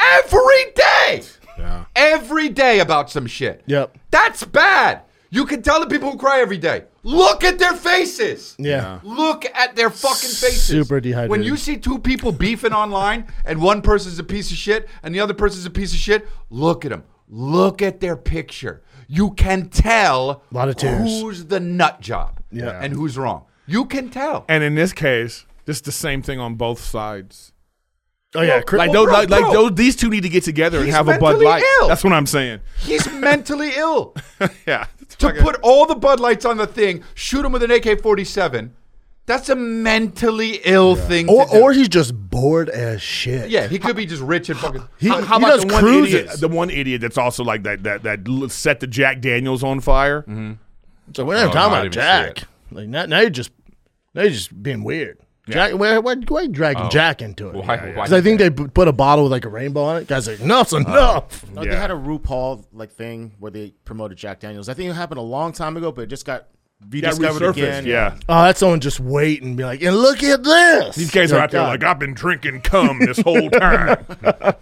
S3: every day.
S2: Yeah.
S3: Every day about some shit.
S1: Yep.
S3: That's bad. You can tell the people who cry every day. Look at their faces.
S1: Yeah.
S3: Look at their fucking faces.
S1: Super dehydrated.
S3: When you see two people beefing online and one person's a piece of shit and the other person's a piece of shit, look at them. Look at their picture. You can tell
S1: Lot of tears.
S3: who's the nut job
S1: Yeah.
S3: and who's wrong. You can tell.
S2: and in this case, it's the same thing on both sides.
S1: Oh, yeah. Chris-
S2: Like
S3: Well,
S2: those,
S3: bro,
S2: like, like
S3: bro.
S2: those, these two need to get together and
S3: He's
S2: have a Bud
S3: mentally
S2: Light.
S3: ill.
S2: That's what I'm saying.
S3: He's mentally ill.
S2: yeah,
S3: to put all the Bud Lights on the thing, shoot him with an AK 47. That's a mentally ill thing
S1: or,
S3: to do.
S1: or he's just bored as shit.
S3: yeah, he could be just rich and fucking.
S1: He,
S2: How, how
S1: he
S2: about
S1: does
S2: the one
S1: cruises.
S2: idiot? The one idiot that's also like that that that l- set the Jack Daniels on fire.
S1: So we're not
S3: no, I
S2: Oh,
S1: talking about
S3: didn't even see
S1: Jack. Like now, now you're just now you're just being weird. Jack, why, why, why you
S2: Oh.
S1: dragging Jack into it?
S3: Why- why
S1: Because I think they p- put a bottle with like a rainbow on it. Guys, like enough's
S2: Oh.
S1: enough.
S6: No, they
S2: Yeah.
S6: had a RuPaul like thing where they promoted Jack Daniels. I think it happened a long time ago, but it just got rediscovered
S2: resurfaced,
S6: again.
S2: yeah.
S1: Oh, that's someone just wait and be like, and look at this.
S2: These guys
S1: You're
S2: are out there
S1: "God,
S2: like I've been drinking cum this whole time.
S3: Yeah, yeah,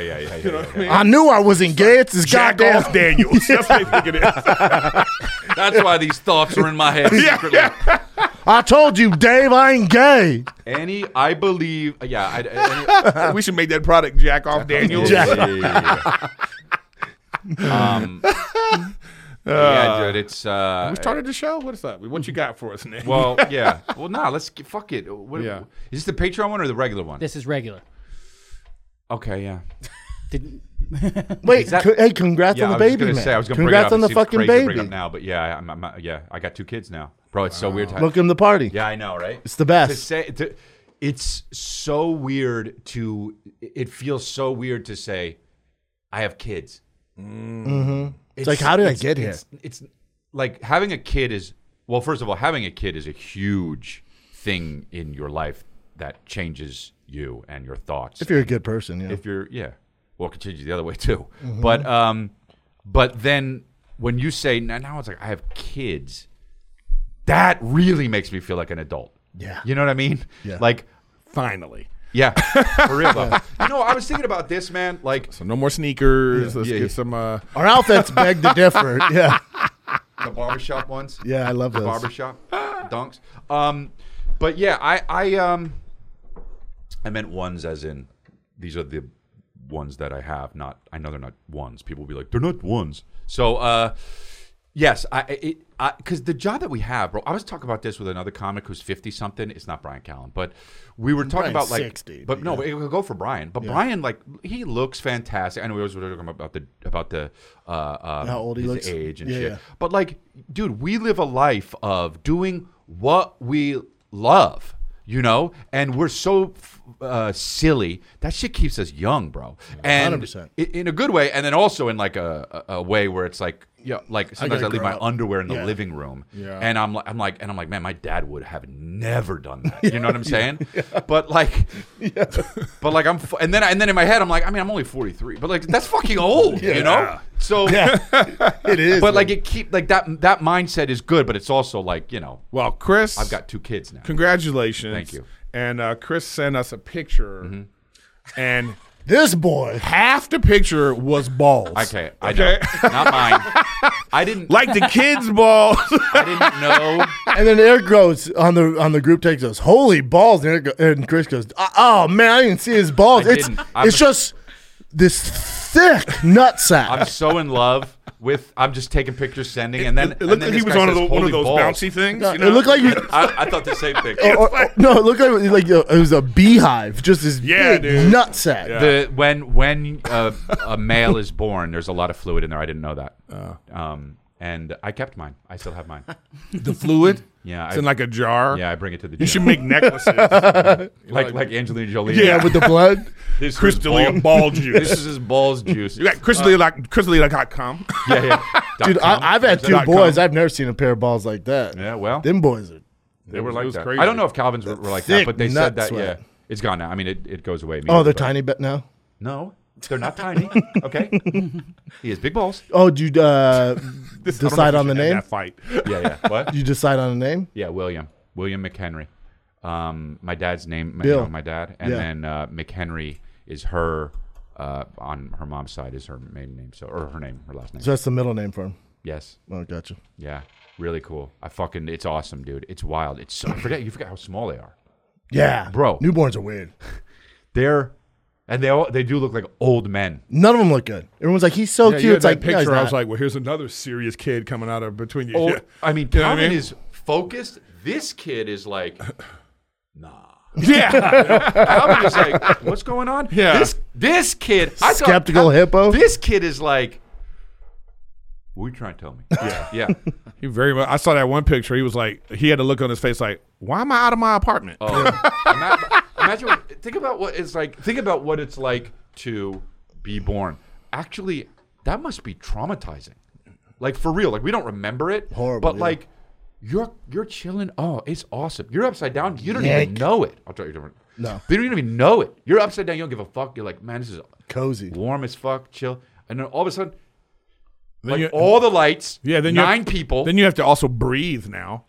S3: yeah. yeah, yeah, yeah.
S1: I knew I wasn't gay. It's this
S2: Jack
S1: goddamn.
S2: off Daniels. That's what they think it is.
S3: That's why these thoughts are in my head secretly.
S1: I told you, Dave, I ain't gay.
S3: Any, I believe. Yeah, I, I- any-
S2: we should make that product Jack off Daniels.
S1: Jack-
S3: Yeah, yeah, yeah, yeah. Um, yeah, dude, it's uh,
S2: We started the show. What is up? What you got for us, Nick?
S3: well, yeah, well, nah, let's get, fuck it. What,
S2: Yeah.
S3: Is this the Patreon one or the regular one?
S4: This is regular.
S3: okay, yeah,
S4: Did,
S1: Wait,
S3: that-
S1: co- hey, congrats
S3: yeah.
S1: on
S3: I
S1: the
S3: was
S1: baby,
S3: gonna
S1: man.
S3: say I was gonna bring it
S1: congrats
S3: up.
S1: on
S3: It
S1: the
S3: seems
S1: fucking
S3: crazy to bring
S1: baby.
S3: up now, but yeah, I'm, I'm, yeah, I got two kids now, bro. It's so weird.
S1: Welcome to the party.
S3: Yeah, I know, right?
S1: Oh. It's the best.
S3: To say, to, it's so weird to. It feels so weird to say, I have kids.
S1: Mm-hmm. It's like, how did I
S3: it's-
S1: get here?
S3: It's, it's like having a kid is well. First of all, having a kid is a huge thing in your life that changes you and your thoughts.
S1: If you're a good person, yeah.
S3: if you're yeah, well, it could change you the other way too.
S1: Mm-hmm.
S3: But um, but then when you say now, now it's like I have kids, that really makes me feel like an adult.
S1: Yeah.
S3: you know what I mean.
S1: Yeah.
S3: like
S2: finally.
S3: yeah, for real. Bob. you know, I was thinking about this, man. Like
S2: So no more sneakers. Let's
S3: Yeah,
S2: get
S3: yeah.
S2: some. Uh,
S1: Our outfits beg to differ. Yeah,
S3: the barbershop ones.
S1: yeah, I love
S3: the
S1: those.
S3: barbershop dunks. Um, but yeah, I I um, I meant ones as in these are the ones that I have. Not I know they're not ones. People will be like they're not ones. So uh, yes, I it I because the job that we have, bro. I was talking about this with another comic who's fifty something. It's not Brian Callen, but we were talking
S1: Brian's
S3: about like
S1: 60,
S3: but no, it would go for Brian. But Brian like he looks fantastic. I know we always were talking about the about the uh, uh
S1: How old he
S3: his
S1: looks?
S3: age and
S1: Yeah,
S3: shit.
S1: yeah.
S3: But like, dude, we live a life of doing what we love, you know, and we're so uh, silly. That shit keeps us young, bro. And
S1: 100%.
S3: i- in a good way, and then also in like a, a a way where it's like, yeah, like sometimes I,
S1: gotta
S3: leave
S1: grow
S3: my
S1: up.
S3: underwear in the
S1: Yeah.
S3: living room,
S2: Yeah.
S3: and I'm like, I'm like, and I'm like, man, my dad would have never done that. You know what I'm saying? But like, but like I'm, f- and then I- and then in my head, I'm like, I mean, I'm only 43, but like that's fucking old, you know. So
S1: It is.
S3: but like it keep like that that mindset is good, but it's also like you know
S2: well, Chris,
S3: I've got two kids now.
S2: congratulations.
S3: Thank you.
S2: And uh, Chris sent us a picture,
S3: Mm-hmm.
S2: and
S1: this boy.
S2: half the picture was balls.
S3: Okay, I know. not mine. I didn't
S2: Like the kids' balls.
S3: I didn't know.
S1: And then Eric goes on the on the group text goes, "Holy balls!" And, Eric go, and Chris goes, "Oh man, oh, I didn't see his balls.
S3: I
S1: it's
S3: didn't. I'm
S1: it's
S3: a-
S1: just this thick nutsack.
S3: I'm so in love with. I'm just taking pictures, sending, and then
S2: it
S3: and
S2: looked
S3: then
S2: like
S3: this
S2: he was
S3: guy
S2: one of,
S3: says,
S2: the, one
S3: "Holy
S2: of those
S3: balls."
S2: bouncy Oh, things.
S1: No,
S2: you know?
S1: Uh, it looked like you,
S3: I, I thought the same thing.
S1: or- or- no, it looked like like uh, it was a beehive, just this
S2: Yeah,
S1: big
S2: dude.
S1: nutsack.
S2: Yeah.
S3: the when when uh, a male is born, there's a lot of fluid in there. I didn't know that.
S2: Uh.
S3: Um, and I kept mine. I still have mine.
S2: the fluid.
S3: Yeah,
S2: it's
S3: I-
S2: in like a jar.
S3: Yeah, I bring it to the.
S2: you
S3: gym.
S2: should make necklaces. like
S3: like like Angelina Jolie.
S2: Yeah,
S1: with the blood.
S3: This was
S2: crystalline
S3: ball-
S2: ball
S3: This
S2: juice.
S3: is his balls juice.
S2: You got crystalline like crystalline like hot cum.
S3: yeah, yeah.
S1: Dude,
S3: Dot com.
S1: I, I've had
S3: Is
S1: two
S3: that dot
S1: boys.
S3: com?
S1: I've never seen a pair of balls like that.
S3: yeah, well,
S1: Them boys are.
S3: they were
S2: It
S3: like
S2: was
S3: that.
S2: crazy.
S3: I don't know if Calvin's were, were like that,
S1: thick
S3: but they
S1: nut
S3: said that.
S1: sweat.
S3: Yeah, it's gone now. I mean, it, it goes away.
S1: Oh,
S3: immediately,
S1: they're
S3: but-
S1: tiny bit now.
S3: No, they're not tiny. Okay, he has big balls.
S1: Oh, do you uh,
S2: This- I don't know
S1: decide
S2: if
S1: on
S2: we
S1: the
S2: should end
S1: name?
S2: That fight.
S3: Yeah, yeah. What?
S1: You decide on a name?
S3: Yeah, William. William McHenry. Um, my dad's name, my,
S1: Bill.
S3: you know, my dad, and
S1: Yeah.
S3: then uh, McHenry is her. Uh, on her mom's side is her maiden name, so or her name, her last name.
S1: So that's the middle name for him.
S3: yes,
S1: Oh, gotcha.
S3: yeah, really cool. I fucking, it's awesome, dude. It's wild. It's so, I forget you forget how small they are.
S1: Yeah,
S3: Bro.
S1: Newborns are weird.
S3: They're and they all they do look like old men.
S1: None of them look good. Everyone's like, he's so
S2: Yeah, you
S1: cute.
S2: had
S1: It's
S2: that
S1: like, no, he's
S2: picture. I was
S1: not.
S2: like, well, here's another serious kid coming out of between you.
S3: Old,
S2: Yeah.
S3: Oh, I mean,
S2: You know what I
S3: Calvin
S2: mean?
S3: is focused. This kid is like, nah.
S2: yeah.
S3: Calvin is like, what's going on?
S2: Yeah.
S3: This this kid, I thought-
S1: Skeptical hippo?
S3: This kid is like, what are you trying to tell me? Yeah, yeah.
S2: he very much. I saw that one picture. He was like, he had a look on his face, like, why am I out of my apartment?
S3: Oh. Ima- imagine, what- think about what it's like. Think about what it's like to be born. Actually, that must be traumatizing. Like for real. Like we don't remember it.
S1: Horrible,
S3: But
S1: yeah.
S3: like, you're you're chilling. Oh, it's awesome. You're upside down. You don't even
S1: Yank.
S3: know it. I'll tell you different.
S1: No.
S3: They don't even know it. You're upside down. You don't give a fuck. You're like, man, this is
S1: Cozy.
S3: warm as fuck, chill. And then all of a sudden,
S2: Then
S3: like
S2: you-
S3: all the lights,
S2: yeah. Then you have-
S3: nine people,
S2: Then you have to also breathe now.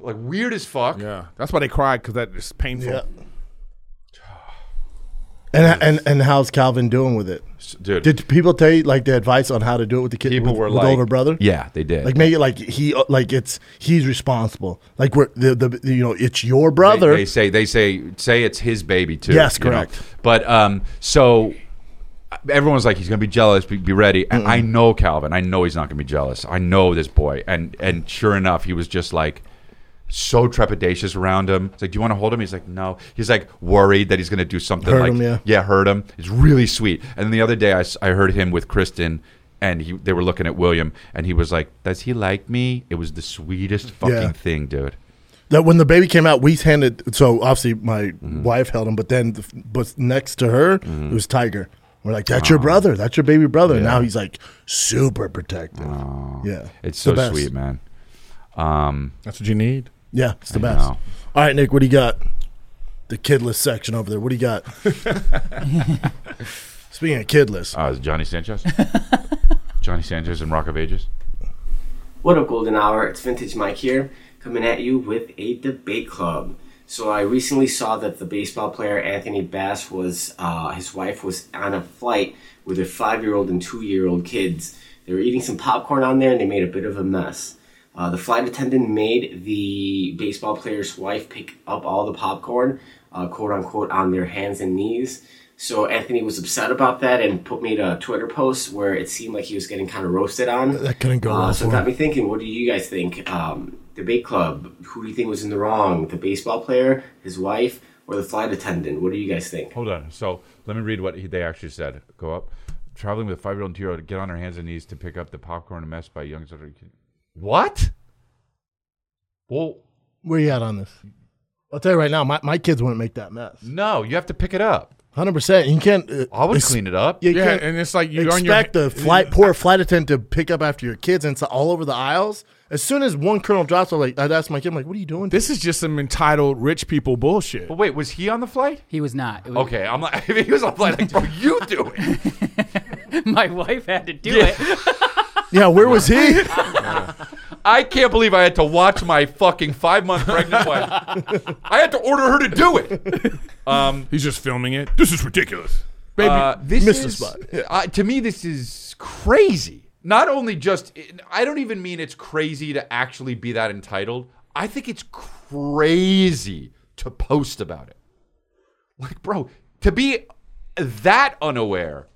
S3: like weird as fuck.
S2: Yeah. That's why they cried because that is painful.
S1: Yeah. And, and and how's Calvin doing with it?
S3: S- Dude,
S1: Did people tell you like the advice on how to do it with the kid?
S3: people
S1: with,
S3: were
S1: with
S3: like,
S1: older brother.
S3: Yeah, they did.
S1: Like make it like he uh, like it's he's responsible. Like we're the, the you know it's your
S3: They-
S1: brother.
S3: They, say they say say it's his baby too.
S1: Yes,
S3: you know.
S1: correct.
S3: But um, so everyone's like, he's gonna be jealous. Be, be ready. And I know Calvin. I know he's not gonna be jealous. I know this boy. And and sure enough, he was just like so trepidatious around him. It's like, do you want to hold him? He's like, no. He's like worried that he's gonna do something
S1: Hurt
S3: like
S1: him, yeah.
S3: hurt him. It's really sweet. And then the other day, I, s- I heard him with Kristen. And he, they were looking at William, and he was like, "Does he like me?" It was the sweetest fucking
S1: Yeah.
S3: thing, dude.
S1: that when the baby came out, we handed. So obviously my wife held him, but then the, but next to her it was Tiger. We're like, that's your brother. That's your baby brother. Now he's like super protective. Yeah,
S3: It's
S1: the
S3: so
S1: best.
S3: sweet, man.
S2: That's what you need.
S1: Yeah, it's the
S3: I
S1: best.
S3: know.
S1: All right, Nick, what do you got? The kidless section over there. What do you got? Speaking of kidless,
S3: Oh, is it Johnny Sanchez? Johnny Sanchez and Rock of Ages?
S7: What up, Golden Hour? It's Vintage Mike here, coming at you with a debate club. So I recently saw that the baseball player Anthony Bass was, uh, his wife was on a flight with their five-year-old and two-year-old kids. They were eating some popcorn on there, and they made a bit of a mess. Uh, the flight attendant made the baseball player's wife pick up all the popcorn, uh, quote unquote, on their hands and knees. So Anthony was upset about that and put made a Twitter post where it seemed like he was getting kind of roasted on.
S1: That couldn't go
S7: Uh,
S1: well
S7: so
S1: for
S7: it
S1: him.
S7: got me thinking. What do you guys think? Um, debate club. Who do you think was in the wrong? The baseball player, his wife, or the flight attendant? What do you guys think?
S3: Hold on. So let me read what he, they actually said. Go up. Traveling with a five year old and two year old, get on her hands and knees to pick up the popcorn and mess by young children. What? Well,
S1: where you at on this? I'll tell you right now, my, my kids wouldn't make that mess.
S3: no, you have to pick it up.
S1: Hundred percent. You can't. Uh,
S3: I would
S1: it's-
S3: clean it up.
S1: You
S2: Yeah,
S1: can't
S2: and it's like you on your-
S1: expect the flight poor flight attendant to pick up after your kids, and it's all over the aisles. As soon as one kernel drops, I'm like, I'd ask my kid, I'm like, "What are you doing?"
S2: This is just some entitled rich people bullshit.
S3: But wait, was he on the flight?
S4: He was not. It was,
S3: Okay, I'm like, if he was on the flight, like, bro, you do it.
S4: My wife had to do it.
S1: yeah, where was he?
S3: I can't believe I had to watch my fucking five month pregnant wife. I had to order her to do it.
S2: He's just filming it. This is ridiculous. Baby,
S3: Uh, this
S1: missed the
S3: is,
S1: spot.
S3: uh, to me, this is crazy. Not only just, I don't even mean it's crazy to actually be that entitled. I think it's crazy to post about it. Like, bro, to be that unaware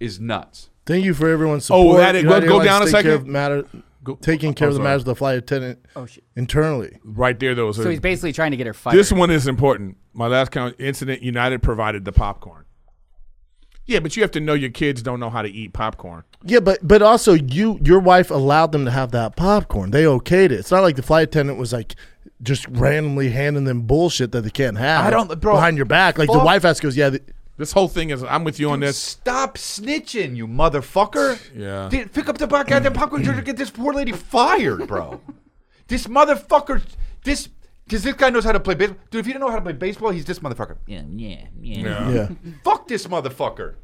S3: is nuts.
S1: Thank you for everyone's support.
S2: that- Oh, go-
S1: United
S2: go down
S1: Airlines
S2: a
S1: take care
S2: second.
S1: of Matter,
S2: Go-
S1: taking care
S2: I'm
S1: of the
S2: sorry.
S1: matters of the flight attendant
S4: Oh, shit.
S1: internally.
S2: Right there, though. So
S4: So he's basically trying to get her fired.
S2: this one is important. My last count incident: United provided the popcorn. Yeah, but you have to know your kids don't know how to eat popcorn.
S1: Yeah, but but also you your wife allowed them to have that popcorn. They okayed it. It's not like the flight attendant was like just randomly handing them bullshit that they can't have.
S3: I don't- bro,
S1: behind your back. Like the
S3: fuck.
S1: wife has goes, yeah, the,
S2: This whole thing is. I'm with you on this.
S3: Stop snitching, you motherfucker.
S2: Yeah.
S3: Dude, pick up the bo- goddamn popcorn to get this poor lady fired, bro. this motherfucker, this, because this guy knows how to play baseball. Dude, if you don't know how to play baseball, he's this motherfucker. Yeah, yeah, yeah.
S1: yeah.
S3: Fuck this motherfucker.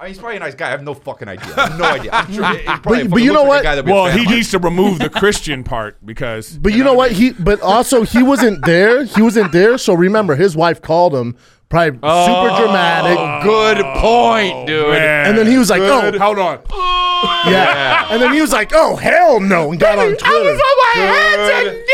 S3: I mean, he's probably a nice guy. I have no fucking idea. I have no idea. I'm sure he- he probably
S1: But-
S3: fucking
S1: but you
S3: looks like a
S1: know what?
S3: guy that we
S2: Well,
S3: fan
S2: he
S3: of.
S2: needs to remove the Christian part because.
S1: But you know what? He but also he wasn't there. He wasn't there. So remember, his wife called him, probably super
S2: Oh,
S3: Oh,
S1: dramatic.
S3: Good point, dude.
S1: And then he was like,
S2: Good.
S1: "Oh,
S2: hold on.
S1: yeah. And then he was like, "Oh hell no!" and got on Twitter.
S3: Good.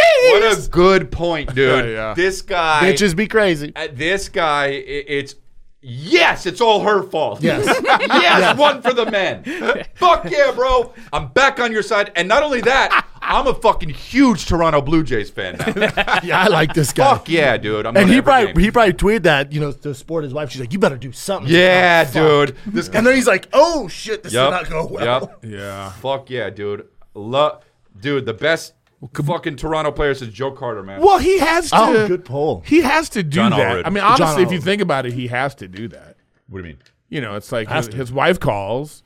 S3: What a good point, dude.
S2: Yeah, yeah.
S3: This guy,
S1: Bitches be crazy.
S3: uh, this guy, i- it's yes, it's all her fault.
S1: Yes.
S3: yes, one for the men. Fuck yeah, bro. I'm back on your side, and not only that, I'm a fucking huge Toronto Blue Jays fan now.
S1: Yeah, I like this guy.
S3: Fuck yeah, dude. I'm
S1: And
S3: going
S1: he
S3: every
S1: probably
S3: game.
S1: he probably tweeted that you know to support his wife. She's like, "You better do something."
S3: yeah,
S2: Ah,
S1: Oh, fuck.
S3: dude. This guy.
S1: And then he's like, "Oh shit, this
S3: Yup,
S1: did not go well."
S3: yup.
S2: Yeah.
S3: Fuck yeah, dude. Love, dude. The best fucking Toronto player since Joe Carter, man.
S2: Well, he has to.
S1: Oh, good poll.
S2: He has to do
S3: John
S2: that.
S3: Allred.
S2: I mean,
S3: John
S2: honestly, if you
S1: Allred.
S2: think about it, he has to do that.
S3: What do you mean?
S2: You know, it's like his, his wife calls.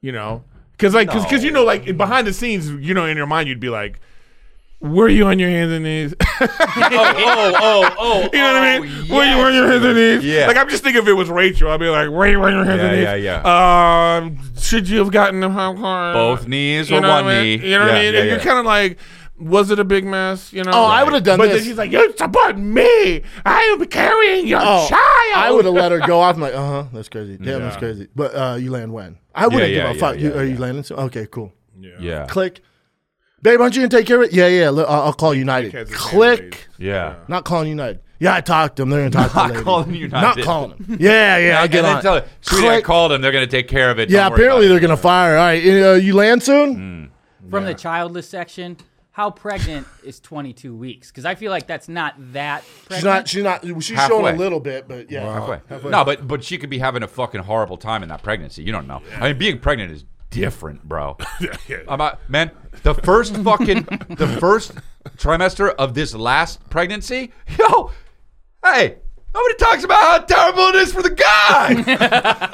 S2: You know, because like because you know like behind the scenes, you know, in your mind, you'd be like. Were you on your hands and knees?
S3: Oh, oh, oh, oh.
S2: you know what I
S3: oh,
S2: mean? Were you on your hands and knees?
S3: Yeah.
S2: Like I'm just thinking if it was Rachel, I'd be like, were you on your hands and knees?
S3: Yeah, yeah,
S2: yeah. Um, should you have gotten them popcorn?
S3: Both knees
S2: You
S3: or
S2: know
S3: one
S2: what I mean?
S3: knee?
S2: You know what
S3: Yeah,
S2: I mean?
S3: yeah,
S2: And You're
S3: yeah.
S2: kind of like, was it a big mess? You know?
S1: Oh, I would've done
S2: but
S1: this.
S2: then she's like, you support me. I am carrying your
S1: Oh,
S2: child.
S1: I would have let her go off. I'm like, uh huh, that's crazy. Damn, that's
S2: Yeah.
S1: crazy. But uh, you land when? I wouldn't
S3: yeah,
S1: give a
S3: yeah,
S1: fuck. you,
S3: yeah,
S1: are
S3: yeah.
S1: you landing soon? Okay, cool.
S3: Yeah.
S1: Click. Babe, aren't you gonna take care of it? Yeah, yeah. look, I'll, I'll call United.
S2: has his hand raised.
S1: Click.
S3: Yeah.
S1: Not calling United. Yeah, I talked to him. They're gonna talk to the lady.
S3: calling United.
S1: Not calling him. Yeah, yeah. I'll get
S3: and
S1: on.
S3: then
S1: it.
S3: tell her, sweetie, I
S1: Click.
S3: called them. They're going to take care of it. Mm.
S1: yeah,
S3: Don't worry
S1: apparently
S3: about
S1: they're gonna fire. All right, uh, you land soon.
S4: From the childless section, how pregnant is 22 weeks? Because I feel like that's not that pregnant.
S1: She's not. She's not. She's showing
S3: Halfway.
S1: a little bit, but yeah.
S3: it. Halfway. No, but but she could be having a fucking horrible time in that pregnancy. You don't know. I mean, being pregnant is different, bro. I'm not- man, the first fucking the first trimester of this last pregnancy, yo, hey. Nobody talks about how terrible it is for the guy.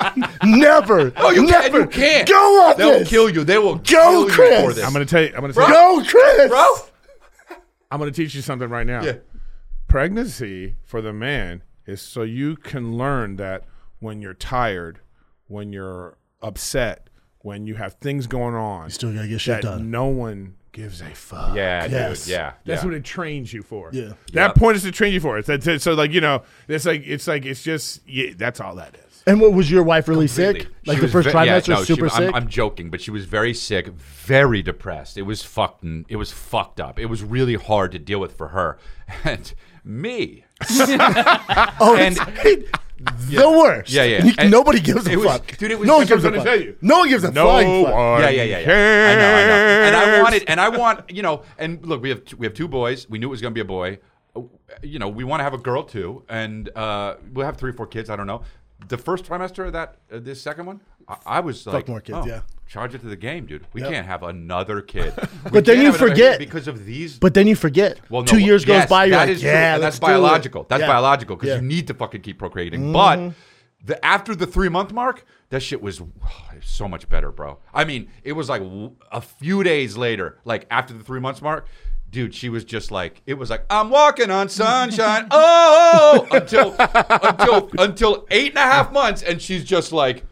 S1: Never.
S3: No, you can't.
S1: never.
S3: You can't.
S1: Go on
S3: They'll
S1: this.
S3: kill you. They will
S1: Go,
S3: kill you for
S1: Chris.
S3: this.
S2: I'm gonna tell you. I'm gonna tell you,
S1: Go, Chris.
S3: bro.
S2: I'm gonna teach you something right now.
S3: Yeah.
S2: Pregnancy for the man is so you can learn that when you're tired, when you're upset, when you have things going on, you
S1: still gotta get shit done.
S2: No one gives a fuck.
S3: Yeah,
S1: Yes.
S3: dude. Yeah.
S2: That's
S3: yeah.
S2: what it trains you for.
S1: Yeah.
S2: That point is to train you for. It's, it's, it's- so like you know, it's like it's like it's just yeah, that's all that is.
S1: And what was your wife really sick?
S3: Completely.
S1: Like
S3: She
S1: the
S3: was
S1: first
S3: ve- yeah,
S1: trimester,
S3: no, she
S1: super
S3: was- I'm-
S1: sick.
S3: I'm, joking, but she was very sick, very depressed. It was fucking. It was fucked up. It was really hard to deal with for her and me.
S1: oh,
S3: and-
S1: it's- the worst.
S3: Yeah, yeah.
S1: You-
S3: And
S1: nobody gives a
S3: it was-
S1: fuck.
S3: dude, it was-
S1: no one
S3: that's what
S1: gives
S2: I'm
S1: a
S2: trying
S1: fuck.
S2: to tell you.
S1: No one gives a
S2: No
S1: flying fuck.
S2: one.
S3: Yeah, yeah, yeah, yeah. I know, I know. And I wanted, and I want, you know, and look, we have t- we have two boys. We knew it was going to be a boy. Uh, You know, we want to have a girl too, and uh, we'll have three or four kids. I don't know. The first trimester of that, uh, this second one, I, I was like,
S1: more kids,
S3: oh,
S1: yeah.
S3: Charge it to the game, dude. We can't have another kid. We
S1: But then
S3: can't
S1: you
S3: have another kid
S1: forget-
S3: because of these
S1: But then you forget.
S3: well, no,
S1: Two years
S3: yes,
S1: goes by. You're
S3: that
S1: like,
S3: is true,
S1: yeah,
S3: and
S1: let's
S3: that's
S1: do it."
S3: biological. That's
S1: Yeah.
S3: biological because
S1: Yeah. Mm-hmm.
S3: you need to fucking keep procreating. But the after the three month mark, that shit was it was so much better, bro. I mean, it was like w- a few days later, like after the three months mark. Dude, she was just like it was like I'm walking on sunshine. Oh, until until until eight and a half months, and she's just like,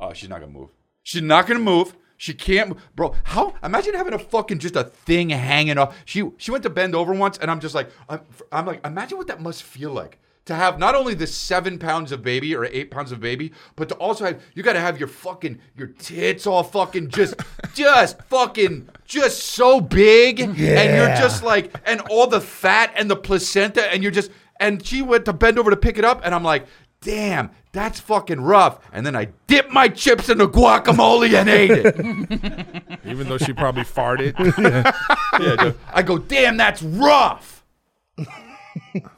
S3: Oh, she's not gonna move. She's not gonna move. She can't, mo- bro. How? Imagine having a fucking just a thing hanging off. She she went to bend over once, and I'm just like, I'm, I'm like, imagine what that must feel like to have not only the seven pounds of baby or eight pounds of baby, but to also have you got to have your fucking your tits all fucking just just fucking just so big, and you're
S1: Yeah.
S3: just like, and all the fat and the placenta, and you're just, and she went to bend over to pick it up, and I'm like. damn, that's fucking rough. And then I dipped my chips in the guacamole and ate it.
S2: Even though she probably farted.
S3: I go, damn, that's rough.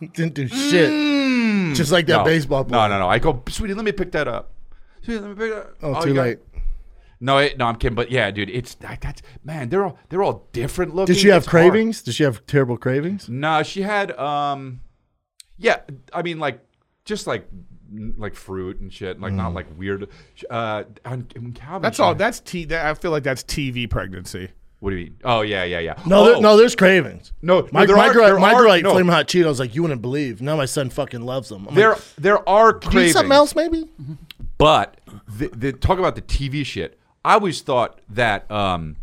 S1: Didn't do shit. Just like that
S3: Mm. No.
S1: baseball
S3: No,
S1: player.
S3: no, no. I go, sweetie, let me pick that up. Sweetie, let me pick that up.
S1: Oh,
S3: you
S1: too
S3: got-
S1: late.
S3: No, it, no, I'm kidding. But yeah, dude, it's that, that's man. They're all they're all different looking.
S1: Did she have
S3: It's hard.
S1: cravings? Did she have terrible cravings?
S3: No, she had um, yeah. I mean, like just like like fruit and shit, like
S1: Mm.
S3: not like weird. Uh, and, and Calvin.
S2: That's
S3: she
S2: all.
S3: had-
S2: That's T. That, I feel like that's TV pregnancy.
S3: What do you mean? Oh yeah, yeah, yeah.
S1: No,
S3: oh,
S1: there, no, there's cravings.
S3: No, no,
S1: my,
S3: there
S1: my
S3: are-
S1: girl,
S3: there
S1: my
S3: are-
S1: girl ate
S3: no.
S1: flaming hot Cheetos like you wouldn't believe. Now my son fucking loves them. I'm
S3: There,
S1: like,
S3: there are
S1: "Do you eat
S3: cravings.
S1: something else maybe.
S3: But the, the talk about the TV shit. I always thought that um,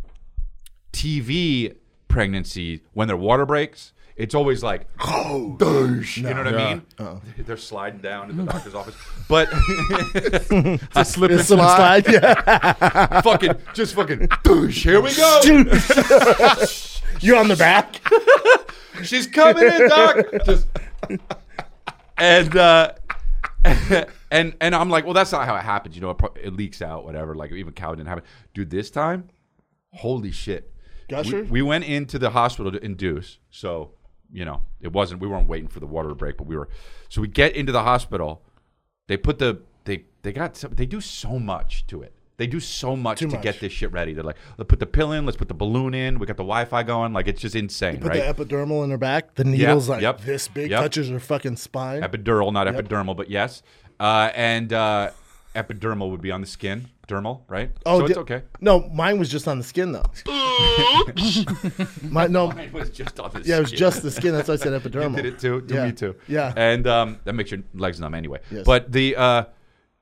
S3: TV pregnancy when their water breaks, it's always like, oh, douche. you know what I mean? They're sliding down to the doctor's office, but
S2: It's a slip and
S1: It's some
S2: slide.
S1: slide. Yeah,
S3: fucking just fucking douche. Here we go.
S1: you're on the back.
S3: She's coming in, doc. Just and uh, and and I'm like, well, that's not how it happens. You know, it, pro- it leaks out, whatever. Like even cow didn't happen, dude. This time, holy shit. We,
S1: Gusher?
S3: we went into the hospital to induce, so you know it wasn't. We weren't waiting for the water to break, but we were. So we get into the hospital. They put the they they got some, they do so much to it. They do so much to
S1: much.
S3: get this shit ready. They're like, let's put the pill in, let's put the balloon in. We got the Wi-Fi going. Like it's just insane,
S1: Put
S3: right?
S1: the epidermal in her back. The needle's like
S3: yep,
S1: this big,
S3: yep.
S1: touches her fucking spine.
S3: epidural, not epidermal, but yes. Uh, and uh, epidermal would be on the skin, dermal, right? so it's
S1: Oh, di-
S3: okay.
S1: No, mine was just on the skin though. My, no,
S3: It was just on the
S1: yeah, it was
S3: skin.
S1: just the skin. That's why I said
S3: You
S1: epidermal.
S3: did it too. To
S1: yeah.
S3: me too.
S1: Yeah.
S3: And um, that makes your legs numb anyway.
S1: Yes.
S3: But the uh,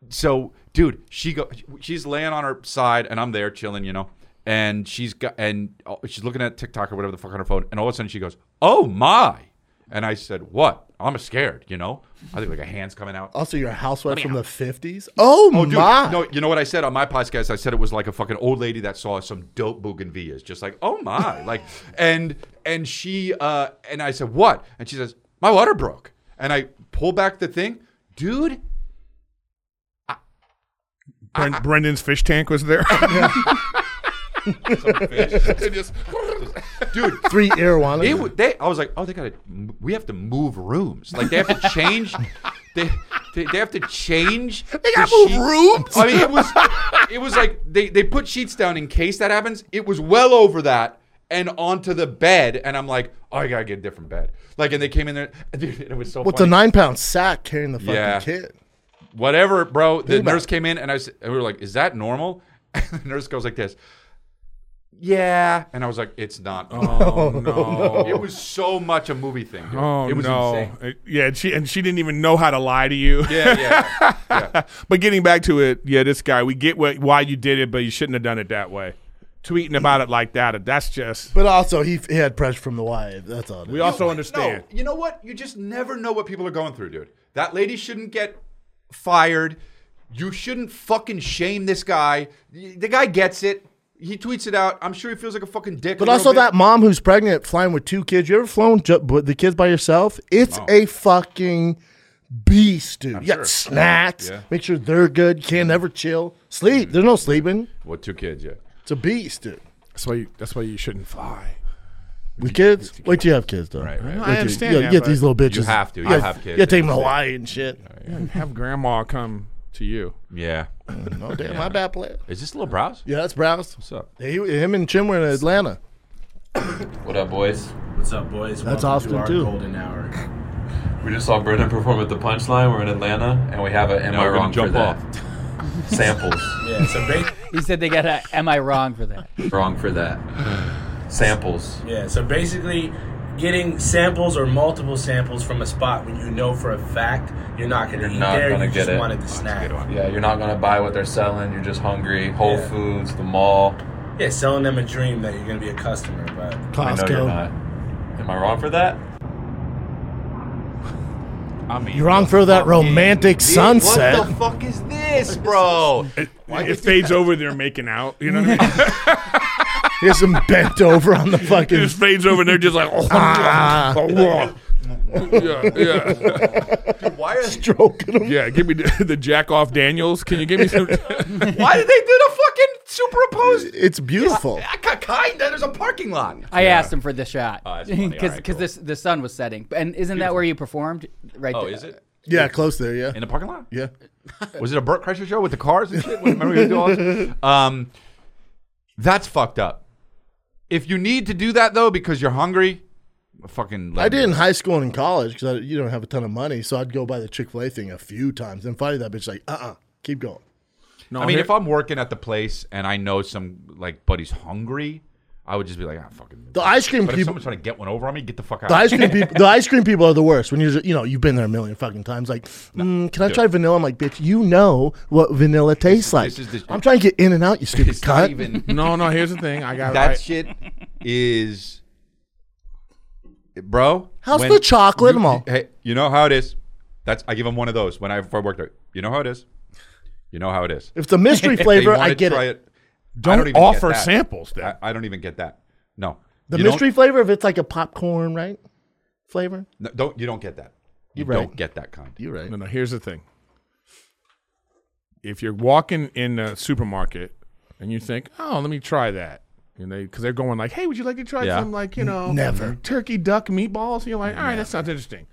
S3: so dude, she go, she's laying on her side, and I'm there chilling, you know. And she's got, and oh, she's looking at TikTok or whatever the fuck on her phone, and all of a sudden she goes, "Oh my!" And I said, "What?" I'm scared, you know. I think like a hand's coming out.
S1: also, you're a housewife from the '50s. Oh,
S3: Oh, dude,
S1: my!
S3: no, you know what I said on my podcast? I said it was like a fucking old lady that saw some dope bougainvilleas, just like, oh my, like, and and she uh, and I said what? And she says my water broke, and I pull back the thing, dude.
S2: Bren- Brendan's fish tank was there. It just-
S3: Dude,
S1: Three arowana.
S3: it, wa- they, I was like, oh, they gotta, m- we have to move rooms. Like they have to change, they, they, they have to change. They
S2: gotta move rooms?
S3: I mean, it was, it was like they, they put sheets down in case that happens. It was well over that and onto the bed, and I'm like, oh, I gotta get a different bed. Like, and they came in there, dude, it was so.
S1: What's a
S3: funny.
S1: nine pound sack carrying the fucking
S3: Yeah.
S1: kid?
S3: Whatever, bro. The
S1: Think about
S3: nurse
S1: it.
S3: came in, and I was, and we were like, is that normal? And the nurse goes like this. Yeah, and I was like, "It's not." Oh no! It was so much a movie thing. dude.
S2: oh
S3: it was
S2: no!
S3: insane.
S2: It- yeah, and she and she didn't even know how to lie to you.
S3: Yeah, yeah.
S2: But getting back to it, yeah, this guy, we get what, why you did it, but you shouldn't have done it that way. Tweeting about it like that, that's just.
S1: But also, he, he had pressure from the wife. That's all. it
S2: We
S1: is.
S2: also understand.
S3: No, you know what? You just never know what people are going through, dude. That lady shouldn't get fired. You shouldn't fucking shame this guy. The guy gets it. He tweets it out. I'm sure he feels like a fucking dick. a
S1: But
S3: little
S1: also
S3: bit.
S1: that mom who's pregnant, flying with two kids. You ever flown ju- with the kids by yourself? It's a fucking beast, dude. you got
S3: sure.
S1: snacks.
S3: Yeah.
S1: Make sure they're good. Can't ever chill. Sleep. There's no sleeping.
S3: What two kids? Yeah.
S1: It's a beast, dude.
S2: That's why you, that's why you shouldn't fly.
S1: With kids, wait till you have kids, though.
S3: Right. Right.
S1: Wait
S2: No, I
S1: till-
S2: understand.
S1: You,
S2: that,
S1: you get
S2: but
S1: these little bitches.
S3: You have to. You
S1: gotta-
S3: have kids.
S1: You gotta take them to Hawaii and shit.
S2: Have grandma come to you.
S3: Yeah.
S1: Oh damn, my bad player.
S3: Is this little brows?
S1: Yeah, that's Browse.
S3: What's up?
S1: He, him and Jim were in Atlanta.
S8: What up, boys?
S9: What's up, boys?
S3: Oh,
S9: Welcome
S1: That's
S9: to
S1: Austin,
S9: our
S1: too.
S9: Golden hour.
S8: We just saw Brennan perform at the Punchline. We're in Atlanta, and we have a "Am
S3: Now
S8: I
S3: we're
S8: Wrong
S3: gonna
S8: for
S3: jump
S8: That"
S3: off.
S8: samples.
S9: Yeah, so ba-
S4: He said they got a, am I wrong for that?
S8: wrong for that. Samples.
S9: yeah, so basically, getting samples or multiple samples from a spot when you know for a fact you're not going to
S8: You're
S9: eat
S8: not
S9: there,
S8: gonna
S9: you
S8: get
S9: just
S8: it.
S9: wanted the snack.
S8: Yeah, you're not gonna buy what they're selling. You're just hungry. Whole
S9: Yeah.
S8: Foods, the mall.
S9: Yeah, selling them a dream that you're going to be a customer, but
S8: I know you're
S1: Costco.
S8: not. Am I wrong for that?
S3: I mean,
S1: You're wrong for that romantic sunset.
S3: What the fuck is this, bro?
S2: It fades over, they're making out. You know what I mean?
S1: Here's him bent over on the
S2: It
S1: fucking
S2: just fades over, and they're just like, oh,
S1: Ah.
S2: oh, oh. yeah, yeah,
S3: Dude, why are
S1: stroking them.
S2: yeah. Give me the, the jack off Daniels. Can you give me some?
S3: why did they do the fucking superimposed?
S1: It's beautiful.
S3: I got kind. There's a parking lot.
S4: I asked him for the shot
S3: that's funny. All right, cool.
S4: this the sun was setting. And isn't that where you performed? Right.
S3: Oh,
S4: there.
S3: is it
S1: Yeah, close there. Yeah,
S3: in the parking lot?
S1: yeah.
S3: Was it a Burt Kreischer show with the cars and shit? Remember we were doing all this? Um, that's fucked up. If you need to do that though because you're hungry, fucking. let
S1: I
S3: me-
S1: did in high school and in college because you don't have a ton of money, so I'd go by the Chick Fil A thing a few times. And finally, that bitch like, uh, uh keep going.
S2: No,
S3: I mean, if I'm working at the place and I know some like buddy's hungry, I would just be like, ah, fucking.
S1: The ice cream
S3: but if
S1: people,
S3: someone's trying to get one over on me, get the fuck out.
S1: the ice cream people, the ice cream people are the worst. When you're, you know, you've been there a million fucking times. Like, mm, can I try vanilla? I'm like, bitch, you know what vanilla tastes like.
S3: is the-
S1: I'm trying to get in and out, you stupid
S3: It's not
S1: cunt.
S3: even.
S2: no, no. Here's the thing. I got
S3: That
S2: I-
S3: shit is, bro.
S1: How's
S3: when
S1: the chocolate
S3: you-
S1: malt?
S3: Hey, you know how it is. That's I give him one of those when I before I worked there. You know how it is. You know how it is.
S1: If it's a mystery
S3: They
S1: flavor,
S3: wanna
S1: I get
S3: try
S1: it.
S3: I
S2: Don't,
S3: even get
S2: offer
S3: that.
S2: samples. Then
S3: I, I don't even get that. No,
S1: The
S3: You don't-
S1: mystery flavor, if it's like a popcorn, right? Flavor.
S3: no, don't you don't get that. You
S1: You're right.
S3: don't get that kind.
S1: You're right.
S2: No, no. Here's the thing. If you're walking in a supermarket and you think, "Oh, let me try that," and they because they're going like, "Hey, would you like to try
S3: Yeah.
S2: some like you know
S1: Never.
S2: turkey duck meatballs?" And you're like, "All right, that sounds interesting."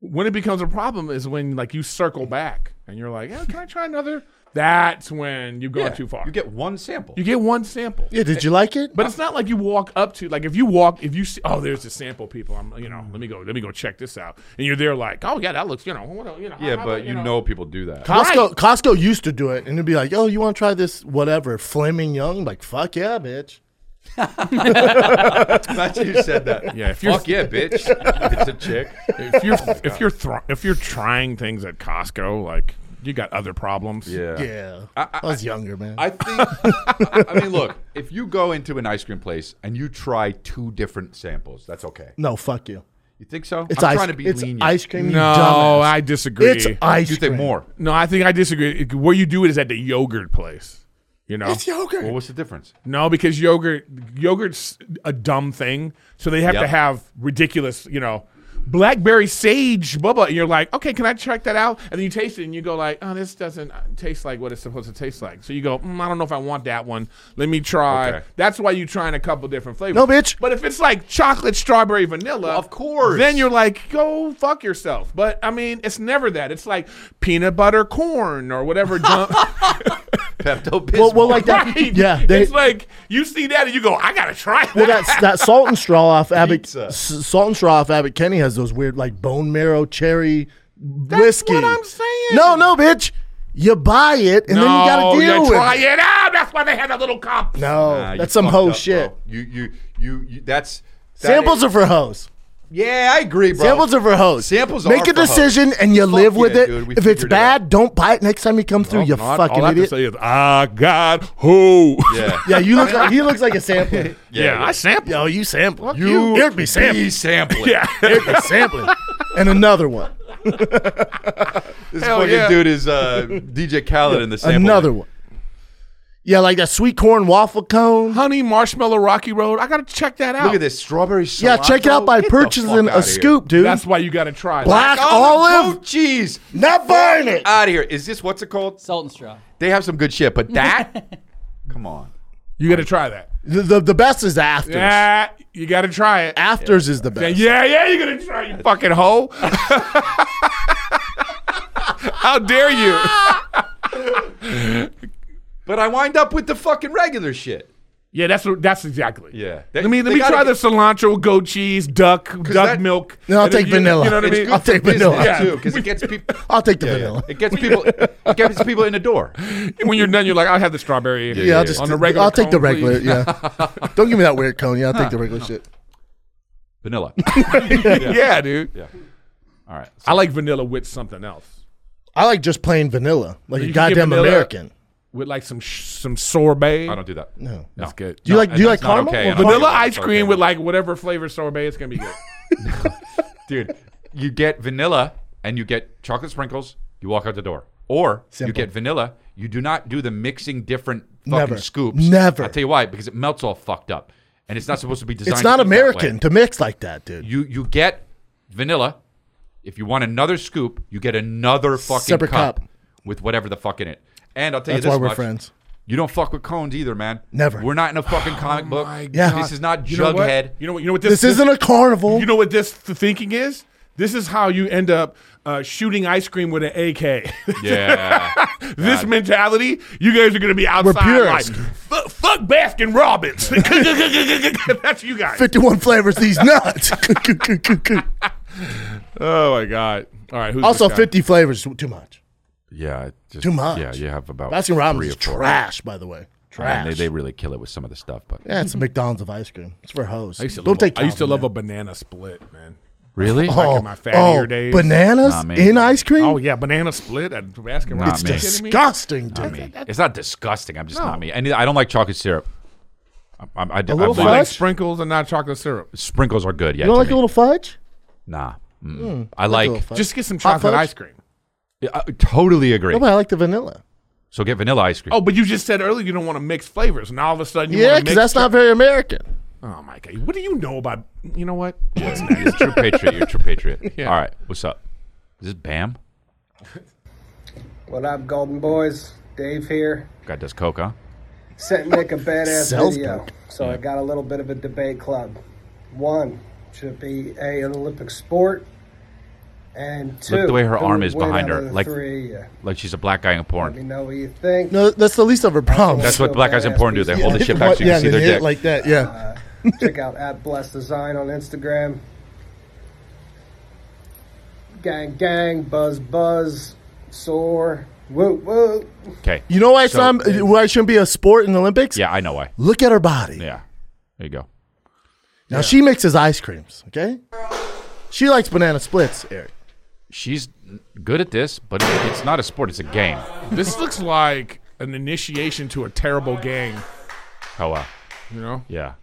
S2: When it becomes a problem is when like you circle back and you're like, "Oh, can I try another?" That's when you've gone
S3: Yeah,
S2: too far.
S3: You get one sample.
S2: you get one sample.
S1: Yeah, did you like it?
S2: But it's not like you walk up to like if you walk if you see oh there's the sample people I'm you know let me go let me go check this out and you're there like oh yeah that looks you know what, you know
S3: yeah,
S2: how
S3: but
S2: about,
S3: you know people do that.
S1: Costco Costco used to do it, and it'd be like, "Oh, you want to try this whatever Flaming Young?" Like, fuck yeah, bitch.
S3: Imagine you said that.
S2: Yeah, if you're-
S3: fuck yeah, bitch. If it's a chick.
S2: if you're if you're thr- if you're trying things at Costco, like you got other problems.
S3: Yeah.
S1: Yeah, I, was younger, man.
S3: I think. I, I mean, look. If you go into an ice cream place and you try two different samples, that's okay.
S1: no, fuck you.
S3: You think so?
S1: It's
S3: I'm
S1: ice.
S3: trying to be
S1: it's
S3: lenient.
S1: ice cream. You
S2: No,
S1: dumbass.
S2: I disagree.
S1: it's ice
S3: You
S1: cream.
S3: think more?
S2: no, I think I disagree. It- Where you do it is at the yogurt place. You know,
S1: It's yogurt.
S3: Well, what's the difference?
S2: no, because yogurt yogurt's a dumb thing, so they have to
S3: Yep.
S2: have ridiculous. You know, blackberry sage, blah blah. And you're like, okay, can I check that out? And then you taste it, and you go like, oh, this doesn't uh, taste like what it's supposed to taste like. So you go, mm, I don't know if I want that one. Let me try.
S3: Okay.
S2: That's why you're trying a couple different flavors.
S1: No, bitch.
S2: But if it's like chocolate, strawberry, vanilla,
S3: Of course.
S2: then you're like, go fuck yourself. But I mean, it's never that. It's like peanut butter corn or whatever. Dumb-
S3: Pepto Bismol.
S1: Well, well, like that.
S2: Right.
S1: Yeah, they,
S2: it's like you see that and you go, I gotta try that.
S1: well, that that salt and straw off Abbott.
S3: Pizza.
S1: s- Salt and straw off Abbott Kenny has those weird like bone marrow cherry whiskey.
S2: what I'm saying.
S1: No, no, bitch. You buy it and
S2: no,
S1: then you gotta
S2: you
S1: deal with.
S2: try
S1: it.
S2: it out. That's why they had a little cup.
S1: No,
S3: Nah, you
S1: that's some
S3: fucked
S1: hoe
S3: up,
S1: shit.
S3: bro. You, you, you, you. That's that
S1: Samples
S3: is-
S1: are for hoes.
S3: yeah, I agree, bro.
S1: Samples are for hoes.
S3: Samples
S1: Make
S3: are
S1: a
S3: for hoes.
S1: decision and you
S3: Fuck
S1: live
S3: yeah,
S1: with it.
S3: dude, we
S1: if it's
S3: figured it
S1: bad,
S3: out.
S1: don't buy it next time you come through. you
S2: Not-
S1: fucking
S2: all I have to
S1: idiot.
S2: say is, I got who.
S3: Yeah.
S1: Yeah, you look like he looks like a sampler.
S2: Yeah, I sample.
S1: Yo, you sampling?
S3: You
S1: it'd be sampling.
S3: Be sampling. Yeah.
S1: It'd be sampling. And another one.
S3: This
S2: Hell
S3: fucking
S2: yeah.
S3: dude is uh, DJ Khaled in the sample.
S1: Another one. Yeah, like that sweet corn waffle cone.
S2: Honey, marshmallow, Rocky Road. I gotta check that out.
S3: Look at this strawberry. Cilantro.
S1: Yeah, check it out by
S3: Get the
S1: purchasing
S3: fuck outta
S1: a scoop, dude.
S2: That's why you gotta try.
S1: Black-
S2: That.
S3: Here.
S1: Black
S3: olive,
S1: olive.
S3: goat cheese.
S1: Not buying it.
S3: Out of here. Is this what's it called?
S4: Salt and straw.
S3: They have some good shit, but that. come on.
S2: You gotta try that.
S1: The, the, the best is the afters.
S2: Yeah, you gotta try it.
S1: Afters is the best.
S2: Yeah, yeah, you're gonna try, you fucking hoe. How dare you?
S3: But I wind up with the fucking regular shit.
S2: Yeah, that's what, that's exactly.
S3: Yeah.
S2: let me
S3: They
S2: let me
S3: gotta
S2: try the
S3: get-
S2: cilantro, goat cheese, duck, duck
S3: that-
S2: milk.
S1: No, I'll
S2: And then
S1: take vanilla.
S2: You know what I
S1: It's
S2: mean?
S1: I'll take
S3: Business,
S1: vanilla.
S2: Yeah.
S3: too, because it gets people.
S1: I'll take the
S3: Yeah, yeah.
S1: vanilla.
S3: It gets people. It gets people in the door.
S2: when you're done, you're like, I'll have the strawberry.
S1: Yeah, I'll just
S2: on the regular.
S1: I'll take the
S2: cone, please.
S1: regular. Yeah, don't give me that weird cone. Yeah, I'll take the regular shit.
S3: Vanilla.
S2: Yeah, dude.
S3: All right.
S2: I like vanilla with something else,
S1: I like just plain vanilla, like
S2: You
S1: a
S2: can get
S1: goddamn
S2: vanilla.
S1: American.
S2: with like some sh- some sorbet.
S3: I don't do that. No.
S2: That's good.
S1: Do you like? Do you like caramel?
S3: okay, and
S1: Well,
S3: I don't
S2: vanilla
S3: like
S2: ice
S3: sorbet.
S2: cream with like whatever flavor sorbet? It's gonna be good.
S3: dude. You get vanilla and you get chocolate sprinkles. You walk out the door, or you
S1: Simple.
S3: get vanilla. You do not do the mixing different fucking
S1: Never.
S3: scoops.
S1: Never.
S3: I'll tell you why. Because it melts all fucked up, and it's not supposed to be designed.
S1: it's
S3: to
S1: not
S3: be that way.
S1: American to mix like that, dude.
S3: You you get vanilla. If you want another scoop, you get another fucking
S1: Separate
S3: cup,
S1: cup.
S3: with whatever the fuck in it. And I'll tell
S1: That's
S3: you this
S1: why we're
S3: much,
S1: friends.
S3: You don't fuck with cones either, man.
S1: Never.
S3: We're not in a fucking comic book.
S1: Yeah.
S3: This is not
S2: You know what?
S3: Jughead.
S2: You know what? You know what
S1: This isn't a carnival.
S2: You know what this th- thinking is? This is how you end up uh, shooting ice cream with an AK.
S3: Yeah.
S2: this mentality, you guys are going to be outside like,
S1: purists.
S2: "Fu- fuck Baskin Robbins. That's you guys.
S1: 51 flavors, these nuts.
S2: Oh, my God. All right. Who's
S1: also,
S2: this guy?
S1: 50 flavors, too much.
S3: yeah. it Just,
S1: Too much.
S3: Yeah, you have about
S1: Baskin
S3: three
S1: Robbins
S3: or
S1: is
S3: four.
S1: trash, by the way.
S3: And
S1: Trash.
S3: they, they really kill it with some of the stuff, but
S1: yeah, it's a McDonald's of ice cream. It's for hoes.
S2: I used to
S1: Don't
S2: love,
S1: take
S2: a, I used to
S1: Calvin,
S2: love a banana split, man.
S3: really,
S1: man.
S2: in my fattier days.
S1: oh, Bananas
S3: Nah, man.
S1: in ice cream?
S2: Oh, yeah. Banana split at Baskin
S3: Nah,
S2: Robbins.
S3: man.
S2: Are you kidding me?
S1: Disgusting, dude.
S3: it's not disgusting. I'm just not me, and I don't like chocolate syrup. I, I, I, I
S1: little
S2: I
S3: like
S2: like
S1: Fudge?
S2: sprinkles and not chocolate syrup.
S3: sprinkles are good. Yeah,
S1: You don't
S3: to
S1: like
S3: me.
S1: a little fudge?
S3: nah. Mm. I like.
S1: little fudge.
S2: Just get some
S1: Hot
S2: chocolate
S1: fudge?
S2: ice cream.
S3: I totally agree.
S1: No, but I like the vanilla.
S3: So get vanilla ice cream.
S2: Oh, but you just said earlier you don't want to mix flavors, and all of a sudden you
S1: yeah,
S2: want to
S1: because
S2: mix.
S1: that's not very American.
S2: Oh my god! What do you know about? You know what?
S3: You're a true patriot. You're a true patriot. All right, what's up? Is this Bam?
S10: What up, Golden Boys? Dave here.
S3: Guy does coke, huh?
S10: Sent Nick a badass
S1: Sells
S10: video,
S1: dope.
S10: so I got a little bit of a debate club. One should be a an Olympic sport, and two.
S3: Look the way her
S10: who
S3: arm
S10: would
S3: is
S10: win
S3: behind
S10: out of
S3: her,
S10: the
S3: like-
S10: three. Uh,
S3: Like she's a black guy in
S10: Let me
S3: porn.
S10: know what you think.
S1: No, that's the least of her problems.
S3: That's what black guys in porn do. They hold the shit back
S1: What-
S3: so you
S1: yeah,
S3: can see
S1: they
S3: their
S1: hit
S3: dick.
S1: like that. Yeah.
S10: Check out at Bless Design on Instagram. Gang, gang, buzz, buzz, soar, whoop, whoop.
S3: Okay.
S1: You know why it's
S3: So-
S1: not, why it shouldn't be a sport in the Olympics?
S3: Yeah, I know why.
S1: Look at her body.
S3: Yeah. There you go.
S1: Now she mixes ice creams. Okay. She likes banana splits, Eric.
S3: She's good at this, but it's not a sport. It's a game.
S2: This looks like an initiation to a terrible gang.
S3: Oh wow.
S2: You know?
S3: Yeah.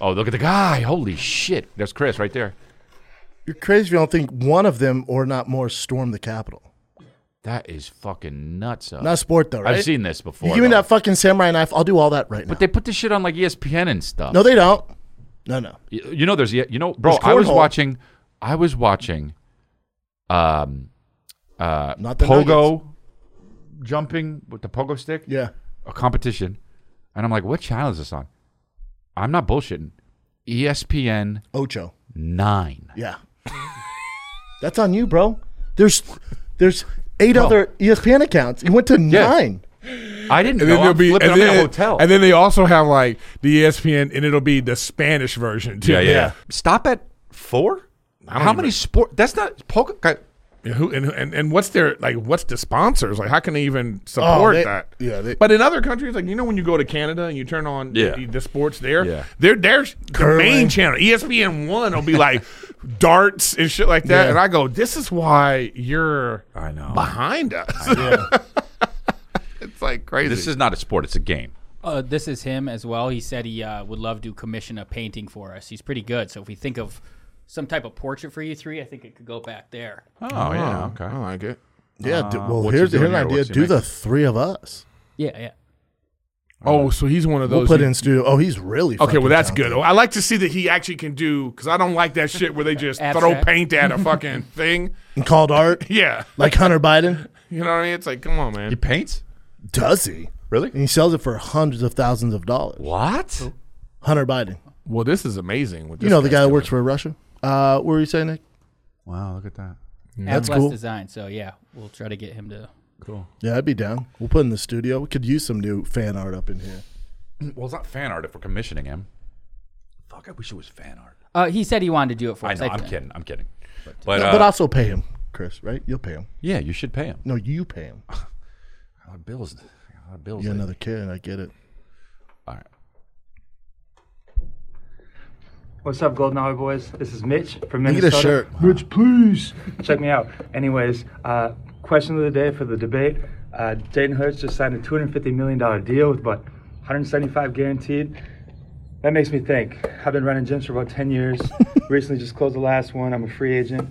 S3: Oh, look at the guy. Holy shit. There's Chris right there.
S1: You're crazy if you don't think one of them or not more storm the Capitol.
S3: That is fucking nuts. Up.
S1: Not a sport though, right?
S3: Uh, I've seen this before.
S1: You give me
S3: though.
S1: that fucking samurai knife. I'll do all that right now.
S3: They put this shit on like E ESPN and stuff.
S1: no, they don't. No, no.
S3: You you know, there's E, you know, bro.
S1: There's
S3: I was
S1: cornhole.
S3: watching, I was watching, um, uh,
S1: Not the
S3: pogo jumping with the pogo stick,
S1: Yeah.
S3: a competition, and I'm like, what channel is this on? I'm not bullshitting. E ESPN
S1: Ocho.
S3: nine.
S1: Yeah. That's on you, bro. There's there's eight
S3: Bro.
S1: other ESPN accounts. You went to
S3: Yeah.
S1: nine.
S3: I didn't know. I'm flipping. I'm in a hotel.
S2: and then they also have like the E ESPN, and it'll be the Spanish version too.
S3: yeah, yeah, yeah. Stop at four. How many sport? That's not pogo. guy-
S2: And who and, and and what's their like? What's the sponsors like? How can they even
S3: Oh,
S2: support
S1: they-
S2: that?
S1: yeah, they-
S2: but in other countries, like you know, when you go to Canada and you turn on
S3: Yeah.
S2: the, the sports there,
S3: Yeah.
S2: they're they're the
S1: Curling.
S2: main channel. E ESPN one will be like darts and shit like that.
S1: Yeah.
S2: And I go, this is why you're
S3: I know.
S2: behind us. it's like crazy.
S3: This is not a sport. It's a game.
S4: Uh, this is him as well. He said he uh, would love to commission a painting for us. He's pretty good. So if we think of some type of portrait for you three, I think it could go back there.
S3: Oh, yeah. Okay.
S2: I like it.
S1: Yeah. d-
S3: what
S1: well,
S3: you
S1: Uh, here's,
S3: doing
S1: here's an
S3: here?
S1: idea.
S3: What's your
S1: Do
S3: next-
S1: the three of us.
S4: Yeah, yeah.
S2: Oh, so he's one of those.
S1: We'll put
S2: who-
S1: in studio. Oh, he's really
S2: okay, well
S1: fucking
S2: that's
S1: talented.
S2: good. I like to see that he actually can do because I don't like that shit where they just throw
S4: Abstract.
S2: paint at a fucking thing.
S1: And called art
S2: Yeah,
S1: like Hunter Biden.
S2: you know what I mean. It's like, come on, man.
S3: He paints.
S1: Does he? And
S3: Really?
S1: he sells it for hundreds of thousands of dollars.
S3: What?
S1: Hunter Biden.
S2: Well, this is amazing. What
S1: You know the guy that works for Russia. Uh, what were you saying, Nick?
S3: Wow, look at that.
S4: Mm. That's
S1: cool.
S4: Design. So yeah, we'll try to get him to.
S1: Yeah, I'd be down. We'll put in the studio. We could use some new fan art up in here.
S3: Mm, Well, it's not fan art if we're commissioning him. Fuck, I wish it was fan art.
S4: Uh, he said he wanted to do it for
S3: I
S4: us.
S3: know,
S4: I-
S3: I'm kidding. I'm kidding. But, uh,
S1: but also pay him, Chris. Right? You'll pay him.
S3: yeah, you should pay him.
S1: No, you pay him.
S3: I got bills. I got bills.
S1: You're
S3: lately.
S1: another kid, and I get it.
S3: All right.
S11: What's up, Golden Hour Boys? This is Mitch from
S1: Look at this
S11: Minnesota.
S1: shirt.
S11: Mitch, please. Check me out. Anyways, uh, question of the day for the debate. Uh, Dayton Hurts just signed a $250 million deal with about 175 guaranteed. That makes me think. I've been running gyms for about 10 years. Recently just closed the last one. I'm a free agent.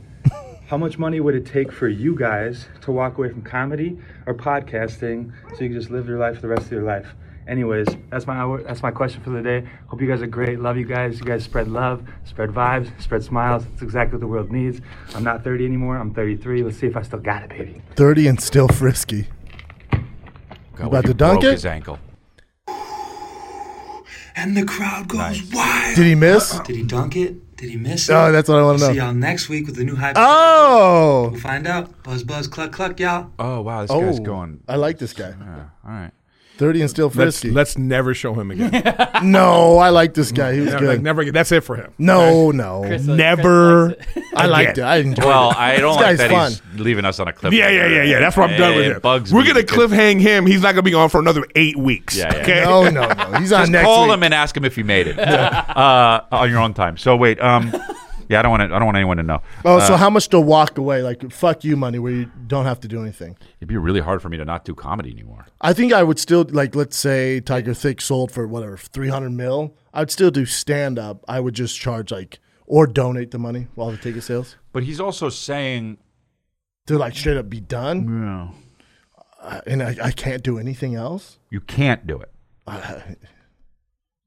S11: How much money would it take for you guys to walk away from comedy or podcasting so you can just live your life for the rest of your life? Anyways, that's my hour, that's my question for the day. Hope you guys are great. Love you guys. You guys spread love, spread vibes, spread smiles. That's exactly what the world needs. I'm not 30 anymore. I'm 33. Let's see if I still got it, baby.
S1: Thirty and still frisky.
S3: God,
S1: about
S3: he
S1: to dunk
S3: broke
S1: it?
S3: His ankle.
S12: And the crowd goes wild.
S1: Did he miss?
S12: Did he dunk it? Did he miss it?
S1: Oh, that's what I wanna
S12: We'll
S1: know.
S12: See y'all next week with the new hype.
S1: Oh!
S12: We'll find out. Buzz, buzz, cluck, cluck, y'all.
S3: Oh wow,
S1: oh, I like this guy.
S3: uh, all right.
S1: Thirty and still
S2: Let's,
S1: frisky.
S2: let's never show him again.
S1: no, I like this guy. He was
S2: never,
S1: good.
S2: Like, never again. That's it for him.
S1: No, no. Chris-
S2: never.
S1: I liked it. I enjoyed
S3: Well,
S1: it.
S3: I
S1: This
S3: don't like
S1: guy's
S3: that
S1: fun.
S3: he's leaving us on a cliff.
S2: Yeah, yeah, yeah, yeah. That's where I'm done with
S3: it.
S2: him.
S3: Bugs
S2: We're
S3: me
S2: gonna
S3: because-
S2: cliffhang him. He's not gonna be on for another eight weeks.
S3: Yeah, yeah.
S2: Okay.
S1: No, no, no. He's on
S3: Just
S1: next
S3: call
S1: week.
S3: him and ask him if he made it uh, on your own time. So wait, um, yeah, I don't want to. I don't want anyone to know.
S1: Oh, so
S3: Uh,
S1: how much to walk away? Like fuck you, money, where you don't have to do anything.
S3: it'd be really hard for me to not do comedy anymore.
S1: I think I would still like let's say Tiger Thick sold for whatever three hundred mil. I'd still do stand up. I would just charge like or donate the money while the ticket sales
S3: But he's also saying
S1: to like straight up be done. Uh, and I, I can't do anything else.
S3: you can't do it.
S1: Uh,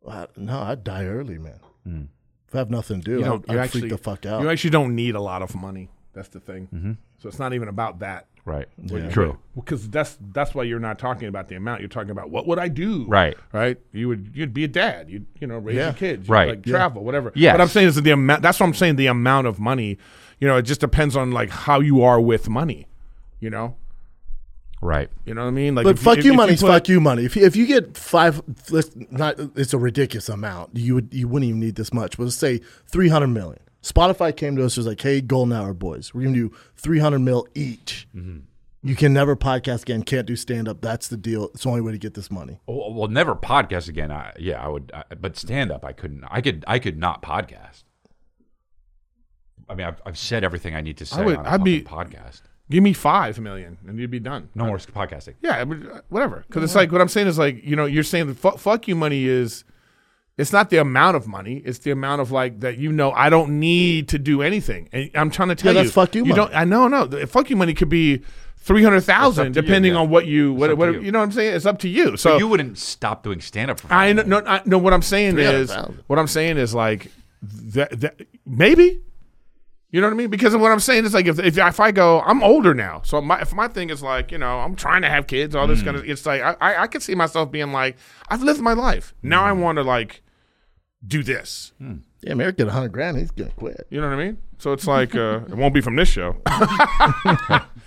S1: uh, no, I'd die early, man.
S3: Hmm.
S1: If I have nothing to do,
S2: You
S1: I'd-
S2: don't-
S1: I'd,
S2: you
S1: freak the fuck out.
S2: You actually don't need a lot of money. That's the thing.
S3: Mhm.
S2: So it's not even about that.
S3: Right.
S2: What
S3: Yeah.
S2: you-
S3: True.
S2: Because that's that's why you're not talking about the amount. You're talking about what would I do?
S3: Right.
S2: Right. You would you'd be a dad. You'd you know raise
S3: Yeah.
S2: your kids. You'd,
S3: Right.
S2: Like,
S3: Yeah.
S2: travel whatever.
S3: Yes.
S2: What I'm saying is that the amount. That's what I'm saying. The amount of money. You know, it just depends on like how you are with money. You know.
S3: Right.
S2: You know what I mean?
S1: but
S2: if-
S1: fuck
S2: if-
S1: you
S2: if
S1: money's
S2: put-
S1: fuck you money. If you, if you get five, let's not it's a ridiculous amount. You would you wouldn't even need this much. But let's say three hundred million. Spotify came to us was like, hey, Golden Hour boys, we're gonna do three hundred mil each.
S2: Mm-hmm.
S1: You can never podcast again. Can't do stand up. That's the deal. It's the only way to get this money.
S3: Oh, well, never podcast again. I, yeah, I would. I, but stand up, I couldn't. I could. I could not podcast. I mean, I've, I've said everything I need to say
S2: I would.
S3: on a
S2: I'd be
S3: fucking podcast.
S2: Give me five million, and you'd be done.
S3: No more podcasting.
S2: Yeah, I mean, uh, whatever. Because it's like what I'm saying is like you know you're saying that fu- fuck you money is, it's not the amount of money, it's the amount of like that you know I don't need to do anything, and I'm trying to tell
S1: Yeah,
S2: you
S1: that's fuck you
S2: you
S1: money.
S2: don't. I know no the fuck you money could be three hundred thousand
S3: It's up to you,
S2: depending
S3: yeah.
S2: on what you
S3: It's
S2: what
S3: up to
S2: what
S3: you.
S2: you. know what I'm saying. It's up to you. So
S3: So you wouldn't stop doing stand up for.
S2: I know, no, I, no. What I'm saying is,
S3: 300,000.
S2: what I'm saying is like that, that. Maybe, you know what I mean? Because what I'm saying is like if if, if I go, I'm older now, so my if my thing is like you know I'm trying to have kids, all this
S3: Mm.
S2: kind of. It's like I I, I could see myself being like I've lived my life. Now I want to like do this.
S1: Yeah, Merrick did hundred grand. He's gonna quit.
S2: You know what I mean? So it's like uh, it won't be from this show.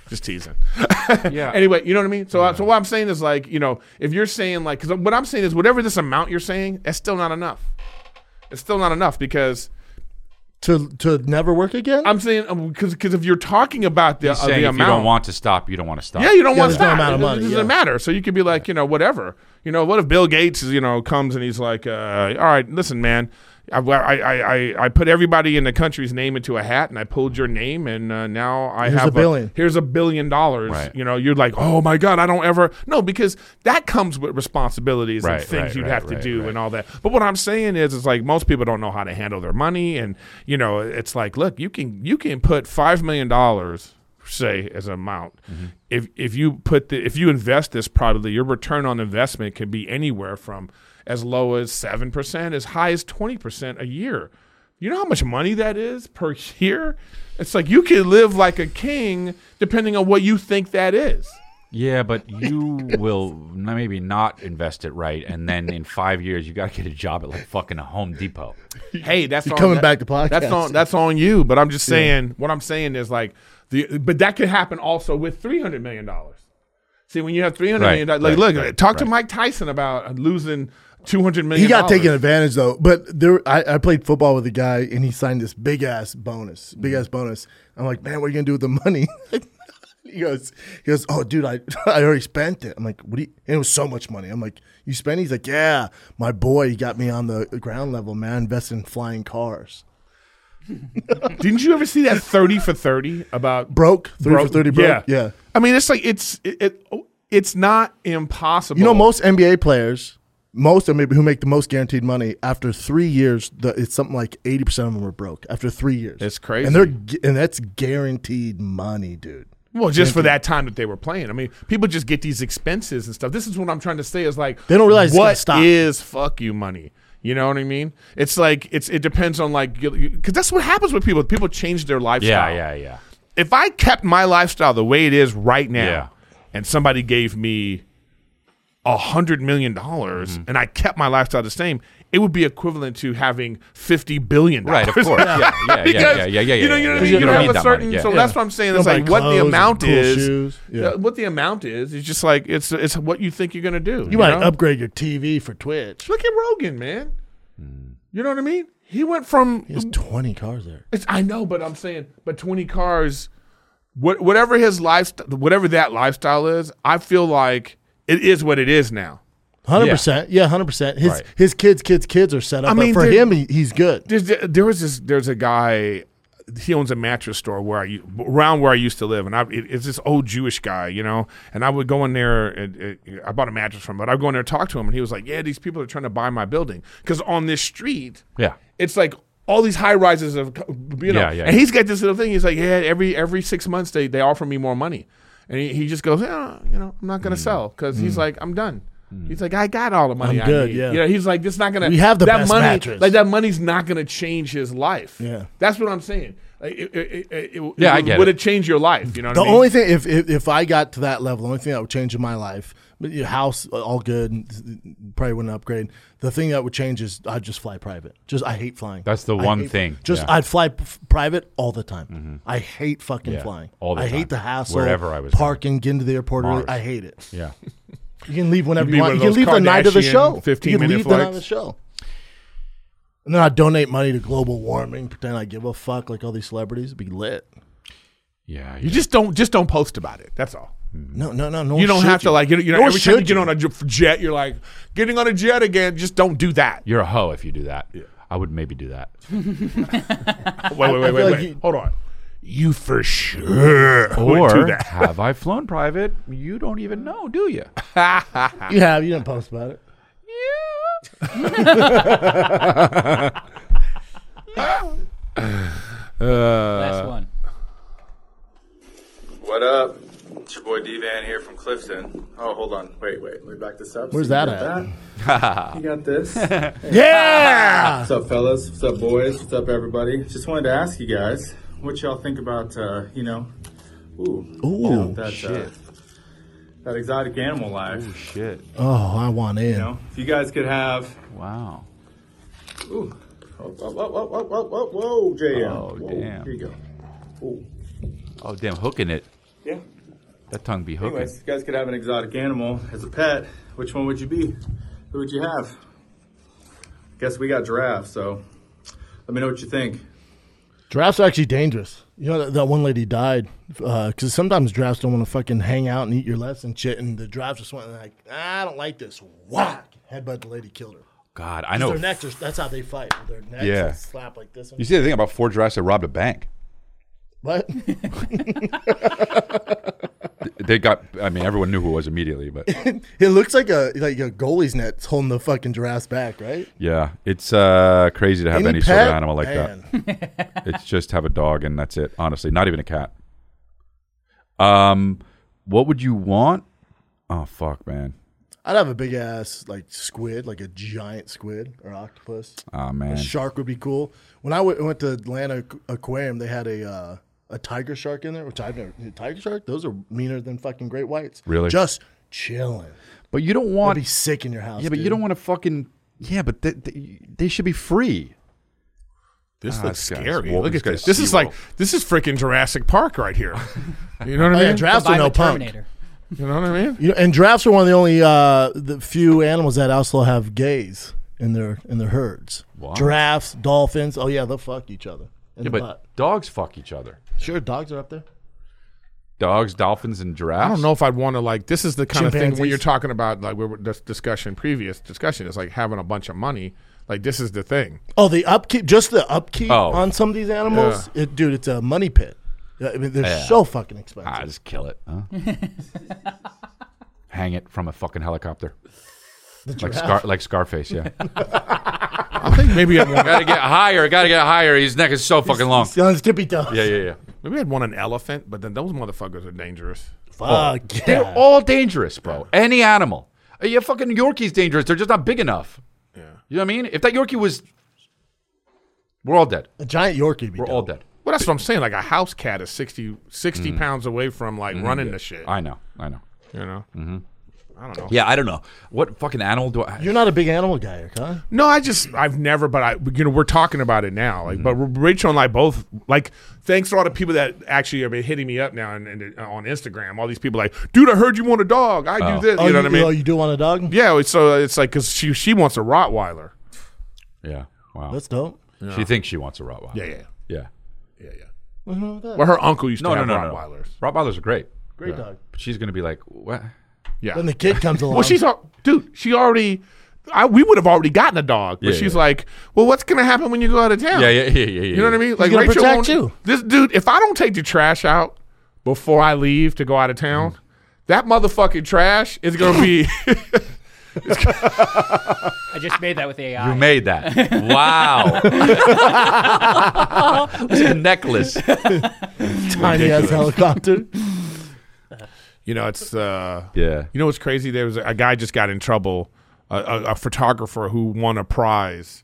S2: Just teasing.
S3: Yeah.
S2: Anyway, you know what I mean? So, I, so what I'm saying is like, you know, if you're saying like, because what I'm saying is whatever this amount you're saying, that's still not enough. It's still not enough because
S1: to to never work again.
S2: I'm saying because because if you're talking about the,
S3: He's
S2: uh,
S3: saying
S2: the
S3: if
S2: amount,
S3: you don't want to stop, you don't want to stop.
S2: yeah, you don't want
S1: there's no
S2: that.
S1: amount of
S2: It-
S1: money,
S2: It doesn't
S1: yeah.
S2: matter. So you could be like, you know, whatever. You know, what if Bill Gates, you know, comes and he's like, uh, all right, listen, man, I, I, I, I- I put everybody in the country's name into a hat and I pulled your name and uh, now I
S1: Here's
S2: have
S1: a billion.
S2: here's a billion dollars. You know, you're like, oh my God, I don't ever. No, because that comes with responsibilities
S3: Right,
S2: and things
S3: right,
S2: you'd
S3: right,
S2: have
S3: right,
S2: to do
S3: right.
S2: and all that. But what I'm saying is, it's like most people don't know how to handle their money, and you know, it's like, look, you can you can put five million dollars, say, as an amount.
S3: Mm-hmm.
S2: If if you put the if you invest this probably your return on investment can be anywhere from as low as seven percent, as high as twenty percent a year. You know how much money that is per year? It's like you could live like a king depending on what you think that is.
S3: Yeah, but you will n- maybe not invest it right, and then in five years you got to get a job at like fucking a Home Depot.
S2: hey, that's
S1: You're
S2: on
S1: coming
S2: that-
S1: back to podcast.
S2: That's on that's on you. But I'm just
S1: Yeah.
S2: saying. What I'm saying is like the. But that could happen also with three hundred million dollars. See, when you have three hundred
S1: Right,
S2: million dollars, like
S1: right,
S2: look,
S1: right,
S2: talk to
S1: right.
S2: Mike Tyson about losing two hundred million.
S1: He got taken advantage though. But there, I, I played football with a guy, and he signed this big ass bonus, big ass bonus. I'm like, man, what are you gonna do with the money? he goes, he goes, oh, dude, I, I already spent it. I'm like, what? Do you? And it was so much money. I'm like, you spent? it? He's like, yeah, my boy, he got me on the ground level, man. I Invested in flying cars.
S2: Didn't you ever see that thirty for thirty about
S1: Broke three for thirty. Broke.
S2: Yeah,
S1: yeah.
S2: I mean, it's like it's it, it it's not impossible.
S1: You know, most NBA players, most of them who make the most guaranteed money after three years, the, it's something like eighty percent of them are broke after three years.
S2: It's crazy.
S1: and they're gu- and that's guaranteed money, dude.
S2: Well, just for that time that they were playing. I mean, people just get these expenses and stuff. This is what I'm trying to say is like
S1: They don't realize it's gonna
S2: what
S1: stop.
S2: is fuck you money. You know what I mean? It's like it's it depends on like because that's what happens with people. People change their lifestyle.
S3: yeah, yeah.
S2: If I kept my lifestyle the way it is right now, and somebody gave me a hundred million dollars
S3: Mm-hmm.
S2: and I kept my lifestyle the same, it would be equivalent to having fifty billion
S3: Right,
S2: dollars.
S3: of course. Yeah, yeah, yeah,
S2: Because,
S3: yeah, yeah, yeah,
S2: You know, you
S3: yeah,
S2: know what I
S3: yeah.
S2: mean?
S3: You don't
S2: have
S3: need
S2: a
S3: that
S2: certain,
S3: money, yeah.
S2: So
S3: Yeah.
S2: that's what I'm saying.
S3: Don't
S2: It's
S3: buy
S2: like what
S3: clothes
S2: the
S3: and
S2: amount
S3: cool
S2: is.
S1: shoes. Yeah.
S2: uh, What the amount is is just like it's it's what you think you're gonna do.
S1: You might
S2: know?
S1: upgrade your TV for Twitch.
S2: Look at Rogan, man.
S3: Hmm.
S2: You know what I mean? He went from
S1: He has 20 cars there.
S2: it's, I know, but I'm saying, but 20 cars, what, whatever his lifestyle, whatever that lifestyle is, I feel like it is what it is now.
S1: Hundred percent, yeah, hundred percent. His
S2: Right.
S1: his kids, kids, kids are set up.
S2: I
S1: but
S2: mean,
S1: for
S2: dude-
S1: him, he, he's good.
S2: There's, there was this. There's a guy. He owns a mattress store where I u- around where I used to live, and I, it, it's this old Jewish guy, you know. And I would go in there. And, and- I bought a mattress from, him, but I would go in there and talk to him, and he was like, "Yeah, these people are trying to buy my building because on this street,
S3: Yeah.
S2: it's like." All these high rises of, you know,
S3: Yeah, yeah.
S2: and he's got this little thing. He's like, yeah, every every six months they, they offer me more money, and he, he just goes, yeah, you know, I'm not gonna 'cause sell because he's
S1: Mm.
S2: like, I'm done. He's like, I got all the money.
S1: I'm
S2: I
S1: good,
S2: need."
S1: yeah.
S2: You know, he's like, it's not gonna.
S1: We have the
S2: that
S1: best
S2: money,
S1: mattress.
S2: Like that money's not gonna change his life.
S1: Yeah.
S2: that's what I'm saying. Like, it, it, it, it,
S3: Yeah, I
S2: would-
S3: get
S2: Would
S3: it.
S2: it change your life? You know, what
S1: the
S2: I mean?
S1: only thing, if, if if I got to that level, the only thing that would change in my life, but your house uh, all good, and probably wouldn't upgrade. The thing that would change is I'd just fly private. Just I hate flying.
S3: That's the
S1: I
S3: one
S1: hate-
S3: thing,
S1: Just
S3: yeah.
S1: I'd fly p- private all the time.
S2: Mm-hmm.
S1: I hate fucking
S3: Yeah,
S1: flying.
S3: all the
S1: I
S3: time.
S1: hate the hassle.
S3: Wherever I was
S1: parking, getting to the airport
S3: Mars.
S1: early. I hate it.
S3: Yeah.
S1: You can leave whenever
S2: You'd be
S1: you
S2: one
S1: want.
S2: of
S1: You can
S2: those
S1: leave the night of the
S2: Kardashian
S1: show.
S2: 15
S1: you can
S2: minute
S1: leave the night of the
S2: flights.
S1: show. And then I donate money to global warming. Pretend I give a fuck like all these celebrities. It'd be lit.
S3: Yeah,
S2: you just don't just don't post about it. That's all.
S1: No, no, no, no.
S2: you don't have to like you know, you know every time you
S1: should
S2: get on a j- jet, you're like getting on a jet again. Just don't do that.
S3: You're a hoe if you do that. I would maybe do that.
S2: Wait, wait,
S3: I
S2: wait,
S3: feel
S2: wait,
S3: like
S2: wait.
S3: you-
S2: Hold on. You for sure would do
S3: Or
S2: that.
S3: have I flown private? You don't even know, do you?
S1: You have. You didn't post about it.
S4: Last one.
S13: What up? It's your boy D Van here from Clifton. Oh, hold on. Wait, wait. Let me back this up.
S1: Where's
S13: So you
S1: that
S13: got
S1: at?
S13: that? you got this.
S1: Yeah!
S13: What's up, fellas? What's up, boys? What's up, everybody? Just wanted to ask you guys what y'all think about, uh, you know, ooh,
S1: Ooh,
S13: you know, that,
S1: shit.
S13: Uh, that exotic animal life. Oh shit!
S1: Oh, I want in.
S13: You know, if you guys could have.
S3: Wow.
S13: Ooh. Oh, oh, oh, oh, oh, oh, oh, whoa, JM.
S3: Oh,
S13: Whoa,
S3: damn.
S13: Here you go. Ooh.
S3: Oh, damn, hooking it.
S13: Yeah.
S3: That tongue be hooking.
S13: Anyways, you guys could have an exotic animal as a pet. Which one would you be? Who would you have? Guess we got giraffe, so let me know what you think.
S1: Giraffes are actually dangerous. You know that, that one lady died because sometimes giraffes don't want to fucking hang out and eat your lefts and shit. And the giraffes just went like, "Ah, I don't like this. Whack! Headbutt the lady killed her.
S3: God, I
S2: Oh.
S3: know.
S1: Their necks are, that's how they fight. with Their necks
S3: Yeah.
S1: yeah. slap like this.
S3: You see the thing about four giraffes that robbed a bank.
S1: What?
S3: They got, I mean, everyone knew who it was immediately, but
S1: it looks like a like a goalie's net holding the fucking giraffes back, right?
S3: yeah, it's uh, crazy to have
S1: Any
S3: any, sort of
S1: pet?
S3: animal like that. it's just have a dog and that's it, honestly. Not even a cat. Um, What would you want? Oh, fuck, man.
S1: I'd have a big ass like squid, like a giant squid or octopus.
S3: Aw, Ah, man.
S1: a shark would be cool. When I went- went to Atlanta Aqu- Aquarium, they had a uh, a tiger shark in there, which I've never tiger shark. Those are meaner than fucking great whites.
S3: Really?
S1: Just chilling.
S3: But you don't want
S1: to be sick in your house.
S3: yeah, but you
S1: dude.
S3: don't want to fucking. Yeah, but they, they, they should be free.
S2: This
S3: Ah,
S2: looks
S3: this guy's
S2: scary.
S3: woke.
S2: Look
S3: This
S2: at
S3: guy's
S2: this. This is like
S3: SeaWorld.
S2: this is freaking Jurassic Park right here. You know what
S1: Oh,
S2: I
S1: yeah,
S2: mean?
S1: giraffes are Goodbye, no the punk. Terminator.
S2: You know what I mean?
S1: You know, and giraffes are one of the only uh, the few animals that also have gays in their in their herds.
S3: Wow.
S1: Giraffes, dolphins. Oh yeah, they'll fuck each other.
S3: Yeah,
S1: in the
S3: but
S1: butt.
S3: dogs fuck each other.
S1: sure, dogs are up there.
S3: Dogs, dolphins, and giraffes.
S2: I don't know if I'd want to like. This is the kind of thing when
S1: Chimpanzees.
S2: you're talking about like we were this discussion previous discussion is like having a bunch of money. Like this is the thing.
S1: Oh, the upkeep, just the upkeep
S2: Oh.
S1: on some of these animals, it, dude, it's a money pit. Yeah, I mean, they're
S3: Yeah.
S1: so fucking expensive.
S3: Ah, just kill it. Huh? Hang it from a fucking helicopter. Like, Scar-
S2: giraffe?
S3: like Scarface, yeah.
S2: I think maybe I'd want
S3: gotta get higher. Gotta get higher. His neck is so fucking long.
S1: on his tippy toe.
S3: Yeah, yeah, yeah.
S2: We had one an elephant, but then those motherfuckers are dangerous.
S3: All- They're all dangerous, bro. Any animal. Uh, Yeah, fucking Yorkie's dangerous. They're just not big enough. Yeah. You know what I mean? If that Yorkie was, we're all dead.
S1: A giant Yorkie. Be
S3: we're all dead.
S2: Well, that's what I'm saying. Like a house cat is 60, 60
S3: Mhm.
S2: pounds away from like
S3: Mhm.
S2: running
S3: Yeah.
S2: the shit.
S3: I know. I know.
S2: You know.
S3: hmm
S2: I don't know.
S3: Yeah, I don't know. What fucking animal do I?
S1: You're not a big animal guy, Eric, huh?
S2: No, I just I've never, but I you know we're talking about it now. Like, but
S3: Mm-hmm.
S2: Rachel and I both like. Thanks to all the people that actually have been hitting me up now and, and uh, on Instagram. All these people like, dude, I heard you want a dog. I
S1: Oh.
S2: do this. You
S1: Oh,
S2: know what I mean?
S1: Oh, you do want a dog?
S2: Yeah. So it's like because she she wants a Rottweiler.
S3: Yeah. Wow.
S1: That's dope.
S3: She thinks she wants a Rottweiler.
S2: Yeah, yeah.
S3: Yeah.
S2: Yeah, yeah.
S1: What's wrong with that?
S2: Well, her uncle used to
S3: No, no,
S2: have
S3: no, no.
S2: Rottweilers.
S3: Rottweilers are great.
S1: Great Yeah. dog.
S3: But she's gonna be like, what?
S2: Yeah.
S1: Then the kid comes along.
S2: Well, she's al- dude. She already. I, we would have already gotten a dog, but
S3: Yeah,
S2: she's like, "Well, what's gonna happen when you go out of town?"
S3: Yeah, yeah, yeah, yeah, yeah,
S2: You know what I
S3: yeah.
S2: mean?
S3: He's gonna protect
S2: won't-
S3: you.
S2: This dude, if I don't take the trash out before I leave to go out of town, that motherfucking trash is gonna be.
S4: I just made that with AI.
S3: You made that. Wow. It's a necklace.
S1: Tiny ass
S2: Ridiculous.
S1: helicopter.
S2: You know, it's uh,
S3: yeah.
S2: You know what's crazy? There was a, a guy just got in trouble, a, a, a photographer who won a prize.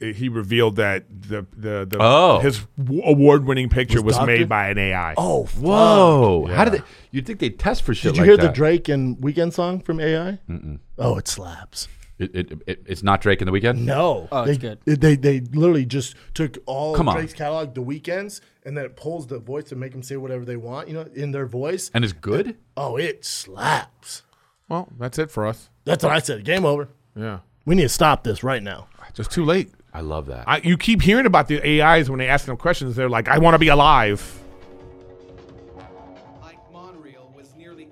S2: Uh, He revealed that the the, the
S3: Oh.
S2: his award winning picture was,
S1: Was doctored?
S2: made by an AI.
S1: Oh, fuck.
S3: Whoa! How
S2: Yeah.
S3: did they? You think they test for shit?
S1: Did you
S3: like
S1: hear the
S3: that?
S1: Drake and Weekend song from AI?
S3: Mm-mm.
S1: Oh, it slaps.
S3: It, it, it, it's not Drake in the weekend.
S1: No. they, They, they literally just took all
S3: Come on.
S1: Drake's catalog, the weekends, and then it pulls the voice to make them say whatever they want, you know, in their voice.
S3: And it's good.
S1: Oh, it slaps.
S2: Well, that's it for us.
S1: That's what I said. Game over.
S2: Yeah.
S1: We need to stop this right now.
S2: It's just too late.
S3: I love that.
S2: I, you keep hearing about the AIs when they ask them questions. They're like, "I want to be alive."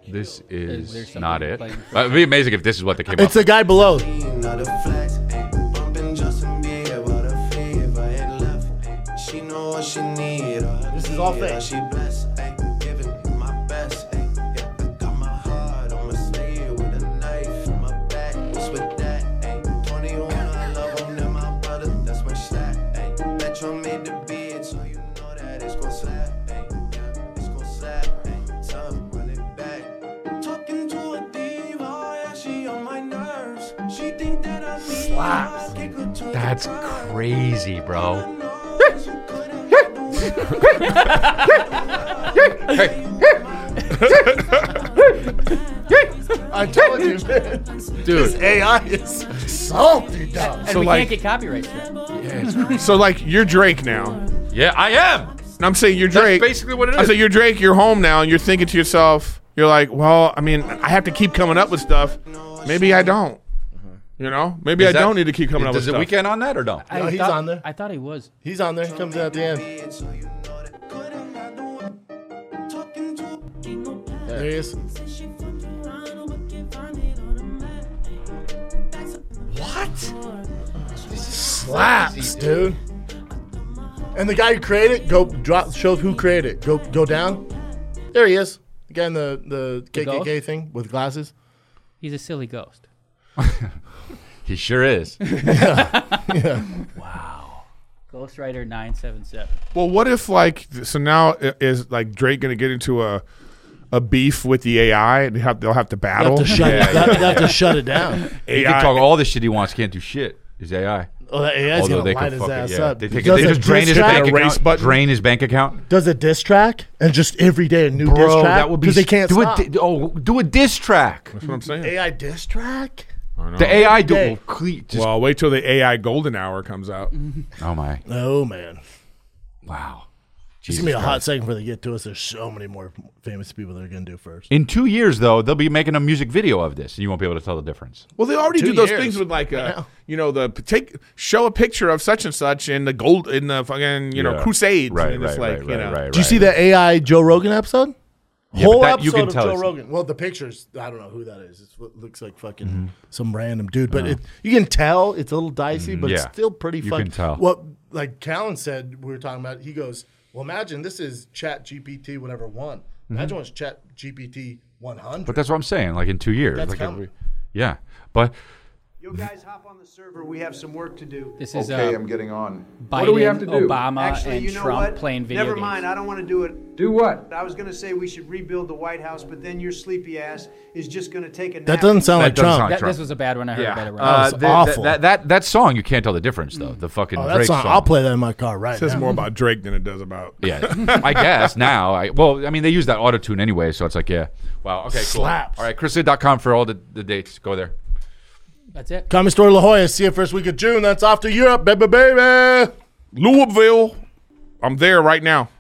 S3: This is,
S5: there something
S3: not it.
S5: playing?
S3: Uh, It'd be amazing if this is what they came
S1: It's
S3: up.
S1: the guy below.
S5: Not a flex, ayy. Bumpin' Justin Bieber, what a fave. I had left, ayy. She know what she need. uh,
S1: This is all
S5: need, uh,
S1: fake.
S5: She blessed, ayy. Giving it my best, ayy. Yeah, I got my heart on my sleeve with a knife in my back. What's with that, ayy? 21, I love him, then my brother, that's my stack, ayy. Metro made the beat, so you know that it's gon' slap, ayy. Yeah, it's gon' slap, ayy. Tell him, run it back. Talking to a diva, yeah, she on my nerves. She think that I need her, kick her to the
S3: That's
S5: curb.
S3: crazy, bro.
S1: I told you, man. This AI is salty, dog.
S4: And we can't get copyright
S2: Yeah, so like, you're Drake now.
S3: Yeah, I am.
S2: And I'm saying you're Drake.
S3: basically what it
S2: I
S3: is.
S2: say you're Drake. You're home now, and you're thinking to yourself, you're like, "Well, I mean, I have to keep coming up with stuff. Maybe I don't. You know, maybe
S3: Uh-huh. Is
S2: I
S3: that-
S2: don't need to keep coming up
S3: does
S2: with
S3: the
S2: stuff."
S3: weekend on that or no?
S1: No, he's
S4: thought-
S1: on there.
S4: I thought he was.
S1: He's on there. He comes in at the end. There he is.
S5: What?
S1: Slaps, dude. And the guy who created it, go drop show who created it. Go go down. There he is. The guy in the, the KKK
S4: ghost?
S1: thing with glasses.
S4: He's a silly ghost.
S3: He sure is.
S4: Ghostwriter nine seven seven.
S2: Well, what if like so now i- is like Drake going to get into a a beef with the AI and have, they'll have to battle?
S1: to shut it- they'll- they'll have to shut it down.
S3: He can talk all the shit he wants. Can't do shit. His AI.
S1: Oh, that AI 's
S3: Although
S1: gonna
S3: they
S1: light
S3: can
S1: his
S3: fucking-
S1: ass
S3: yeah,
S1: up.
S3: They, take,
S1: Does
S3: they
S1: it
S3: just drain his
S1: distract-
S3: bank
S1: Erase
S3: account. Drain his bank account.
S1: Does a diss track and just every day a new diss
S3: Bro,
S1: track?
S3: that would be
S1: because they can't
S3: do
S1: stop.
S3: a di- oh do a diss track. That's
S2: what I'm saying.
S1: AI diss track.
S3: The AI do
S1: Day.
S3: well, cle- just-
S2: well, wait till the AI golden hour comes out.
S3: Oh my!
S1: Oh man,
S3: Wow.
S1: it's
S3: Jesus
S1: gonna be a hot
S3: Christ.
S1: second before they get to us. There's so many more famous people they're gonna do first.
S3: In two years, though, they'll be making a music video of this, and you won't be able to tell the difference.
S2: Well, they already
S1: Two
S2: do those
S1: years.
S2: things with like uh you know the p- take show a picture of such and such in the gold in the fucking you know
S3: Yeah.
S2: crusades
S3: Right,
S2: and it's
S3: right,
S2: like
S3: right,
S2: you
S3: right,
S2: know
S3: right,
S1: Did you see that AI Joe Rogan episode?
S3: Yeah, but
S1: Whole
S3: that
S1: episode
S3: you can
S1: of
S3: tell
S1: Joe
S3: us-
S1: Rogan. Well, the pictures. I don't know who that is. It's what looks like fucking
S3: Mm-hmm.
S1: some random dude, but it, you can tell it's a little dicey, but it's
S3: yeah.
S1: still pretty.
S3: You
S1: fucking,
S3: can tell.
S1: What like Callan said, we were talking about. He goes, "Well, imagine this is Chat GPT, whatever one.
S3: Mm-hmm.
S1: Imagine when it's Chat GPT 100."
S3: But that's what I'm saying. Like in two years,
S1: That's
S3: like
S1: coming.
S3: yeah. But
S14: Yo, guys, hop on the server. We have some work to do.
S4: This is
S15: Okay,
S4: uh,
S15: I'm getting on.
S4: Biden,
S15: What do we have to do?
S4: Obama,
S14: Actually,
S4: and
S14: you know
S4: Trump
S14: what?
S4: playing video
S14: Never
S4: games.
S14: mind. I don't want to do it.
S15: Do what?
S14: I was going to say we should rebuild the White House, but then your sleepy ass is just going to take a nap.
S1: That doesn't sound Oh, like
S3: doesn't
S1: Trump.
S3: sound
S4: That- this was a bad one I heard about it.
S3: Uh,
S1: That was
S3: the-
S1: awful.
S3: That, that that song you can't tell the difference though. The fucking
S1: Oh,
S3: Drake
S1: that's not,
S3: song.
S1: I'll play that in my car right
S2: says
S1: now.
S2: more about Drake than it does about.
S3: Yeah, I guess now. I, well, I mean, they use that auto tune anyway, so it's like, yeah. Wow. Okay. Cool.
S1: Slaps.
S3: All right. ChrisId.com for all the, the dates. Go there.
S4: That's it.
S1: Comedy Store La Jolla, see it first week of June. That's off to Europe, baby, baby.
S2: Louisville. I'm there right now.